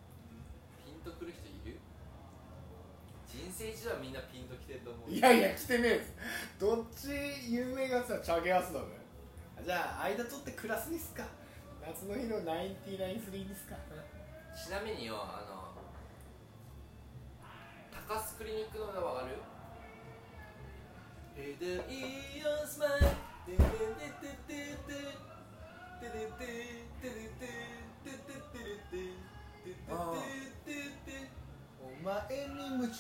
[SPEAKER 2] ピンとくる人いる人生一度はみんなピンときてると思う
[SPEAKER 1] い
[SPEAKER 2] い
[SPEAKER 1] やいや来てねえですどっち有名がさチャゲアスだねじゃあ間取ってクラスですか夏の日のナインティナインスリーですか
[SPEAKER 2] ちなみによあの高須クリニックの名わかる It is your smile てててててててててててててててててて
[SPEAKER 1] あ
[SPEAKER 2] ててて
[SPEAKER 1] お前に夢中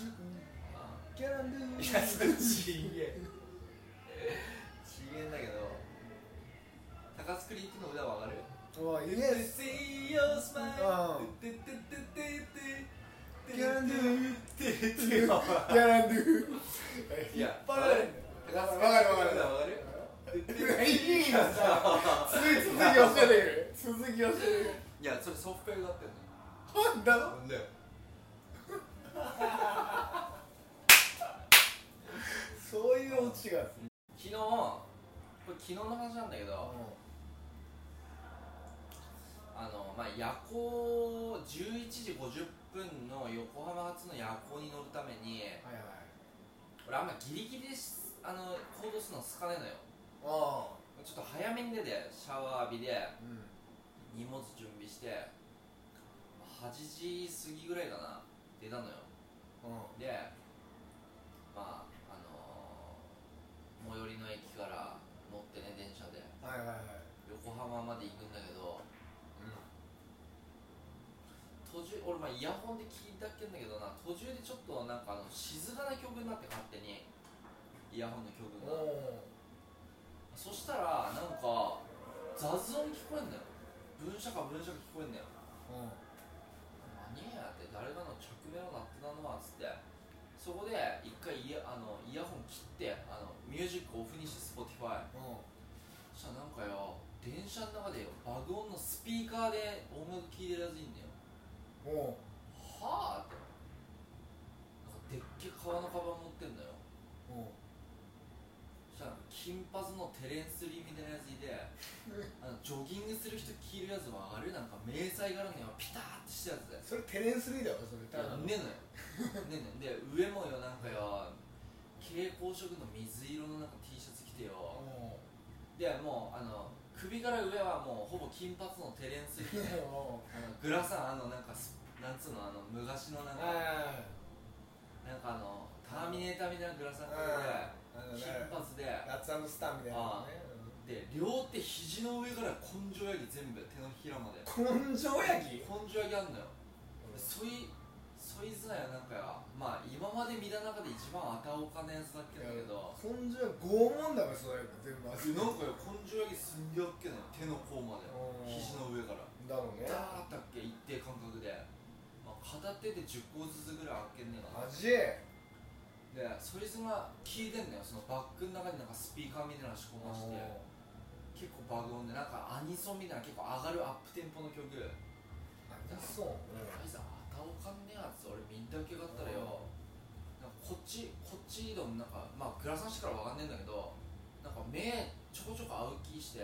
[SPEAKER 2] あ
[SPEAKER 1] キャランド
[SPEAKER 2] い
[SPEAKER 1] ゥ
[SPEAKER 2] やそれちげえちげえんだけど高須クリニックの歌わかる
[SPEAKER 1] おいイエス
[SPEAKER 2] See your smile
[SPEAKER 1] うん
[SPEAKER 2] ててててててててててて
[SPEAKER 1] キャランドゥ
[SPEAKER 2] ててて
[SPEAKER 1] キャランドゥ
[SPEAKER 2] いや、
[SPEAKER 1] 引っ張られる
[SPEAKER 2] わかるわかる。
[SPEAKER 1] いいよさ続き続き教えてる続き教えてる
[SPEAKER 2] いや、それソフトウェアだったよね。
[SPEAKER 1] なんだろ
[SPEAKER 2] なんだよ。
[SPEAKER 1] そういうオチが
[SPEAKER 2] 昨日、これ昨日の話なんだけど、あの、まあ、夜行11時50分の横浜発の夜行に乗るために、
[SPEAKER 1] はいはい
[SPEAKER 2] 俺あんまギリギリですあの行動するの好かねえのよ。
[SPEAKER 1] ああ
[SPEAKER 2] ちょっと早めに出て、シャワー浴びで、
[SPEAKER 1] うん
[SPEAKER 2] 荷物準備して、8時過ぎぐらいかな、出たのよ。
[SPEAKER 1] う
[SPEAKER 2] でまああのー、最寄りの駅から乗ってね電車で
[SPEAKER 1] んはいはいはい
[SPEAKER 2] 横浜まで行くんだけど途中俺まあイヤホンで聞いたっけんだけどな途中でちょっとなんかあの静かな曲になって勝手にイヤホンの曲
[SPEAKER 1] お
[SPEAKER 2] が
[SPEAKER 1] お
[SPEAKER 2] そしたらなんか雑音聞こえんだよ文社か文社か聞こえんだよ
[SPEAKER 1] うん
[SPEAKER 2] 何やって誰かの着目をなってたのはつってそこで一回イヤあのイヤホン切ってあのミュージックオフにして Spotify
[SPEAKER 1] う
[SPEAKER 2] そしたらなんかよ電車の中でよバグ音のスピーカーで音楽聴いてるやついんだよ
[SPEAKER 1] んおう
[SPEAKER 2] はあってなんかでっけえ革のカバン持ってんだよ
[SPEAKER 1] おう
[SPEAKER 2] そしたら金髪のテレンス・リーみたいなやついてあのジョギングする人聴いてるやつはあれなんか迷彩柄のよピターってしたやつだよ
[SPEAKER 1] それテレンスリーだわそれ
[SPEAKER 2] いやねえのよねえねえで上もよなんかよ蛍光色の水色のなんか T シャツ着て
[SPEAKER 1] お
[SPEAKER 2] よ
[SPEAKER 1] お
[SPEAKER 2] でもうあの首から上はもうほぼ金髪のテレンス着て
[SPEAKER 1] お
[SPEAKER 2] あのグラサンあのなんかすなんつうのあの昔のな
[SPEAKER 1] う
[SPEAKER 2] んか
[SPEAKER 1] あ
[SPEAKER 2] なんかあのターミネーターみたいなグラサン着
[SPEAKER 1] あ
[SPEAKER 2] てて金髪で
[SPEAKER 1] ラッツスターみたいなのね
[SPEAKER 2] で両手肘の上から根性焼き全部手のひらまで
[SPEAKER 1] 根性焼き
[SPEAKER 2] 根性焼きあんのよそいそいつらやなんかやまあ今まで見た中で一番あたおかなやつだっけんだけど
[SPEAKER 1] 根性拷問だわそれ全部
[SPEAKER 2] なんかよ根性焼きすんげえあっけな手の甲まで
[SPEAKER 1] おー
[SPEAKER 2] 肘の上か
[SPEAKER 1] だ
[SPEAKER 2] ら
[SPEAKER 1] ろうね
[SPEAKER 2] ダーッたっけ一定間隔で、まあ、片手で10個ずつぐらいあっけんねえかな
[SPEAKER 1] マジ
[SPEAKER 2] でそいつが聞いてんのよそのバッグの中になんかスピーカーみたいなの仕込まして結構バグ音でなんかアニソンみたいな結構上がるアップテンポの曲あ
[SPEAKER 1] そう
[SPEAKER 2] いつあたおかんねえやつ俺見たけがあったらよなんかこっちこっち移動なんかまあグラサンしてからわかんねえんだけどなんか目ちょこちょこ青きして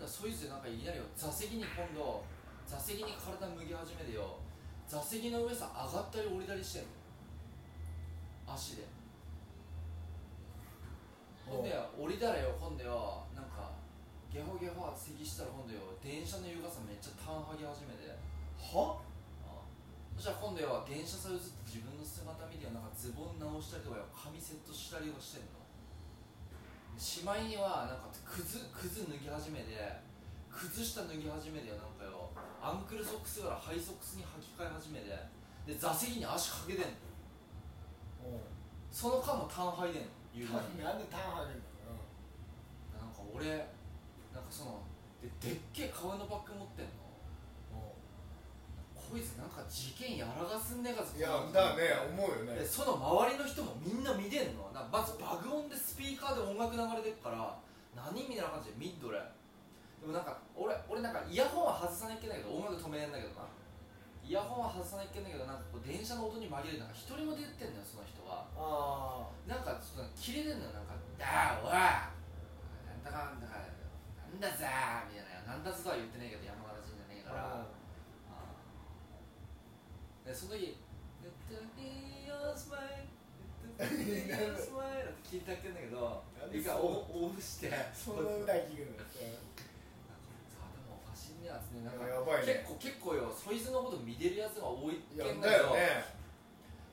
[SPEAKER 2] だからそいつでなんかいきなりよ座席に今度座席に体向け始めてよ座席の上さ上がったり降りたりしてんの足でほんで降りたらよ今度よなんかゲホゲホ席したら今度よ電車の床さめっちゃターンはぎ始めて
[SPEAKER 1] は
[SPEAKER 2] あそしたら今度は原車さ映って自分の姿見てなんかズボン直したりとか髪セットしたりとかしてんのしまいにはなんかくずくず脱ぎ始めて崩した脱ぎ始めてよなんかよアンクルソックスからハイソックスに履き替え始めてで座席に足かけてんのその間もターン履いてんの夕
[SPEAKER 1] タ
[SPEAKER 2] 方
[SPEAKER 1] ン
[SPEAKER 2] に
[SPEAKER 1] なんでタン入るんだろ
[SPEAKER 2] なんか俺なんかそのででっけえ革のバッグ持ってんのこいつなんか事件やらかすんねえかず
[SPEAKER 1] いやだね思うよね
[SPEAKER 2] でその周りの人もみんな見てんのなまずバグ音でスピーカーで音楽流れてるから何みたいな感じでミッドレでもなんか俺俺なんかイヤホンは外さないけんだけど音楽止めねえんだけどなイヤホンは外さないけんだけどなんかこう電車の音に紛れてなんか一人も出てんのよその人は
[SPEAKER 1] あ
[SPEAKER 2] なんかちょっと切れてんのよなんか「だーおいなんだかんだなんだぜー」みたいな「なんだぞ」は言ってないけど山形人じゃねえ
[SPEAKER 1] あ
[SPEAKER 2] からでその時「Let me your smile let me your smile」って聞いてあげるんだけど
[SPEAKER 1] なんで
[SPEAKER 2] 一回
[SPEAKER 1] そう
[SPEAKER 2] オンオフして
[SPEAKER 1] その歌聞く
[SPEAKER 2] なんかさでもおかしいねやつねなん
[SPEAKER 1] いや
[SPEAKER 2] か
[SPEAKER 1] やばいね
[SPEAKER 2] 結構結構よそいつのこと見てるやつが多いって
[SPEAKER 1] のい
[SPEAKER 2] ん
[SPEAKER 1] や
[SPEAKER 2] だけ
[SPEAKER 1] だ
[SPEAKER 2] ど
[SPEAKER 1] よね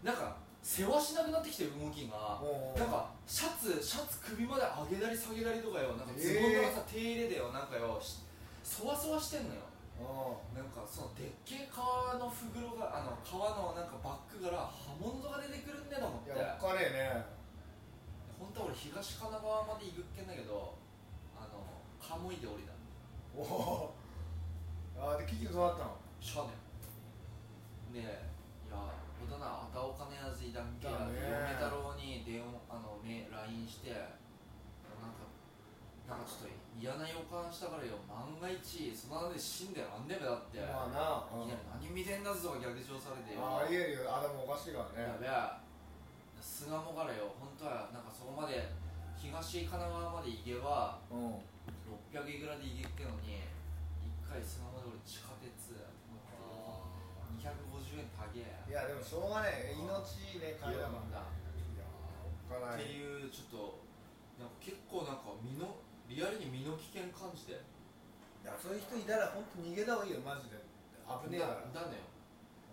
[SPEAKER 2] なんか世話しなくなってきて動きが
[SPEAKER 1] もう
[SPEAKER 2] なんかシャツシャツ首まで上げたり下げたりとかよなんかズボンのさ、手入れでよなんかよしそわそわしてんのよ
[SPEAKER 1] う
[SPEAKER 2] なんかそのでっけえ革のふぐろがあの革のなんかバッグから刃物とか出てくるんだと思っ
[SPEAKER 1] んい
[SPEAKER 2] て
[SPEAKER 1] やおっかねえね
[SPEAKER 2] 本当は俺東神奈川まで行くっけんだけどあのカモイで降りた
[SPEAKER 1] おおあーでキキとそうだったの
[SPEAKER 2] しゃあねえねえいや俺だなあたお金やずいだっけ
[SPEAKER 1] だ
[SPEAKER 2] や
[SPEAKER 1] ね
[SPEAKER 2] 嫁太郎に電話あのメ LINE してなんかなんかちょっと嫌な予感したからよ万が一その中で死んでらんねえべだって、
[SPEAKER 1] まあ
[SPEAKER 2] いきなり何見てんだぞとか逆上されて
[SPEAKER 1] な
[SPEAKER 2] よ
[SPEAKER 1] ああありえるよあでもおかしいから
[SPEAKER 2] や
[SPEAKER 1] ね
[SPEAKER 2] べえ巣鴨からよ本当はなんかそこまで東神奈川まで行けば
[SPEAKER 1] うん
[SPEAKER 2] 600いくらで行けっけのに一回巣鴨で俺地下鉄250円高え
[SPEAKER 1] いやでもしょうがない命ね金だもん
[SPEAKER 2] だ
[SPEAKER 1] いやおっかな
[SPEAKER 2] っ
[SPEAKER 1] い
[SPEAKER 2] ていうちょっとなんか結構なんか身のリアルに身の危険感じて
[SPEAKER 1] いやそういう人いたら本当逃げた方がいいよマジで危ねえから
[SPEAKER 2] だだのよ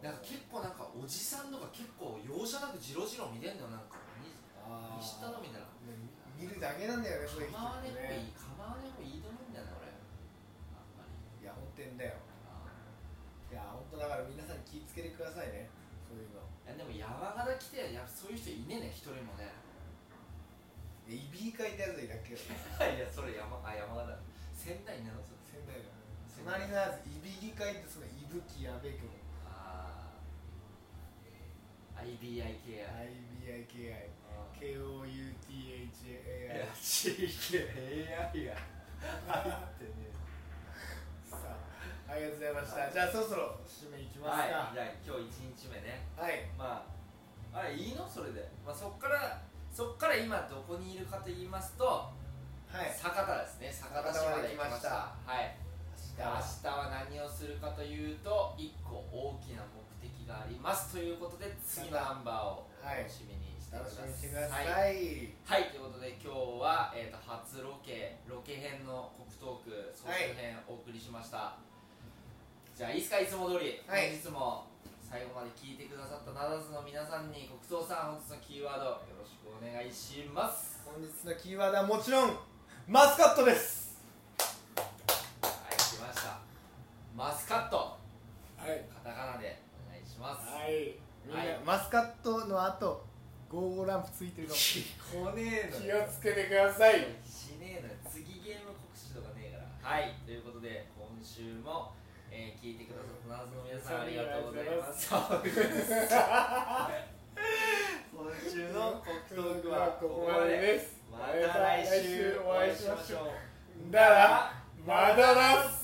[SPEAKER 2] なんか結構なんかおじさんとか結構容赦なくじろじろ見てんのよなんかに
[SPEAKER 1] あー
[SPEAKER 2] 見知ったのみたいな
[SPEAKER 1] ね見見るだけなんだよねそういう人
[SPEAKER 2] 構
[SPEAKER 1] っ
[SPEAKER 2] わね
[SPEAKER 1] て
[SPEAKER 2] え方がい
[SPEAKER 1] ね
[SPEAKER 2] い構わねえ方がいいと思うんだよな俺あんまり
[SPEAKER 1] いや本当にだよいや本当だから皆さん気ぃつけてくださいねそういうの
[SPEAKER 2] いやでも山形来てやっぱそういう人いねえね一人もね
[SPEAKER 1] でイビーカいたやついたっけよ
[SPEAKER 2] いやそれ山あ山形仙台いねえのそれ
[SPEAKER 1] 仙台だね隣のやつイビギ会ってそのイブキやべえけど
[SPEAKER 2] ああ IBIK や
[SPEAKER 1] IBIKIKOUTHAI
[SPEAKER 2] あーい
[SPEAKER 1] KOUTHAI
[SPEAKER 2] や CKAI が入ってね
[SPEAKER 1] さあありがとうございましたじゃあそろそろ締めいきます
[SPEAKER 2] はいじゃあ
[SPEAKER 1] か
[SPEAKER 2] 今日一日目ね
[SPEAKER 1] はい
[SPEAKER 2] まああれいいのそれで、まあ、そっからそっから今どこにいるかと言いますと
[SPEAKER 1] はい
[SPEAKER 2] 酒田ですね酒田市まで来ましたはい
[SPEAKER 1] 明
[SPEAKER 2] で明日は何をするかというと1個大きな目的がありますということで次のナンバーをお楽しみにしてくだ
[SPEAKER 1] 楽しみにしてく
[SPEAKER 2] さ
[SPEAKER 1] だ
[SPEAKER 2] い、
[SPEAKER 1] さい、
[SPEAKER 2] はいはいということで今日は、えー、と初ロケロケ編の黒東区総集編お送りしました、じゃあいいっすかいつも通り、
[SPEAKER 1] はい
[SPEAKER 2] 本日も最後まで聞いてくださったナダズの皆さんに黒東さん本日のキーワードよろしくお願いします
[SPEAKER 1] 本日のキーワードはもちろんマスカットです
[SPEAKER 2] はい来ましたマスカット
[SPEAKER 1] はい
[SPEAKER 2] カタカナでお願いします
[SPEAKER 1] はいみんな、
[SPEAKER 2] はい
[SPEAKER 1] マスカットの後ゴーゴーランプついてるかもし
[SPEAKER 2] 聞こねえの
[SPEAKER 1] れないつけてくださ
[SPEAKER 2] しねえのよ次ゲーム告知とかねえからはいということで今週も、えー聞いてくださったナーズの皆さんありがとうございます今週の国トークはここまで
[SPEAKER 1] で
[SPEAKER 2] <laughs>
[SPEAKER 1] す
[SPEAKER 2] また来週お会いしましょう
[SPEAKER 1] だらまだらっす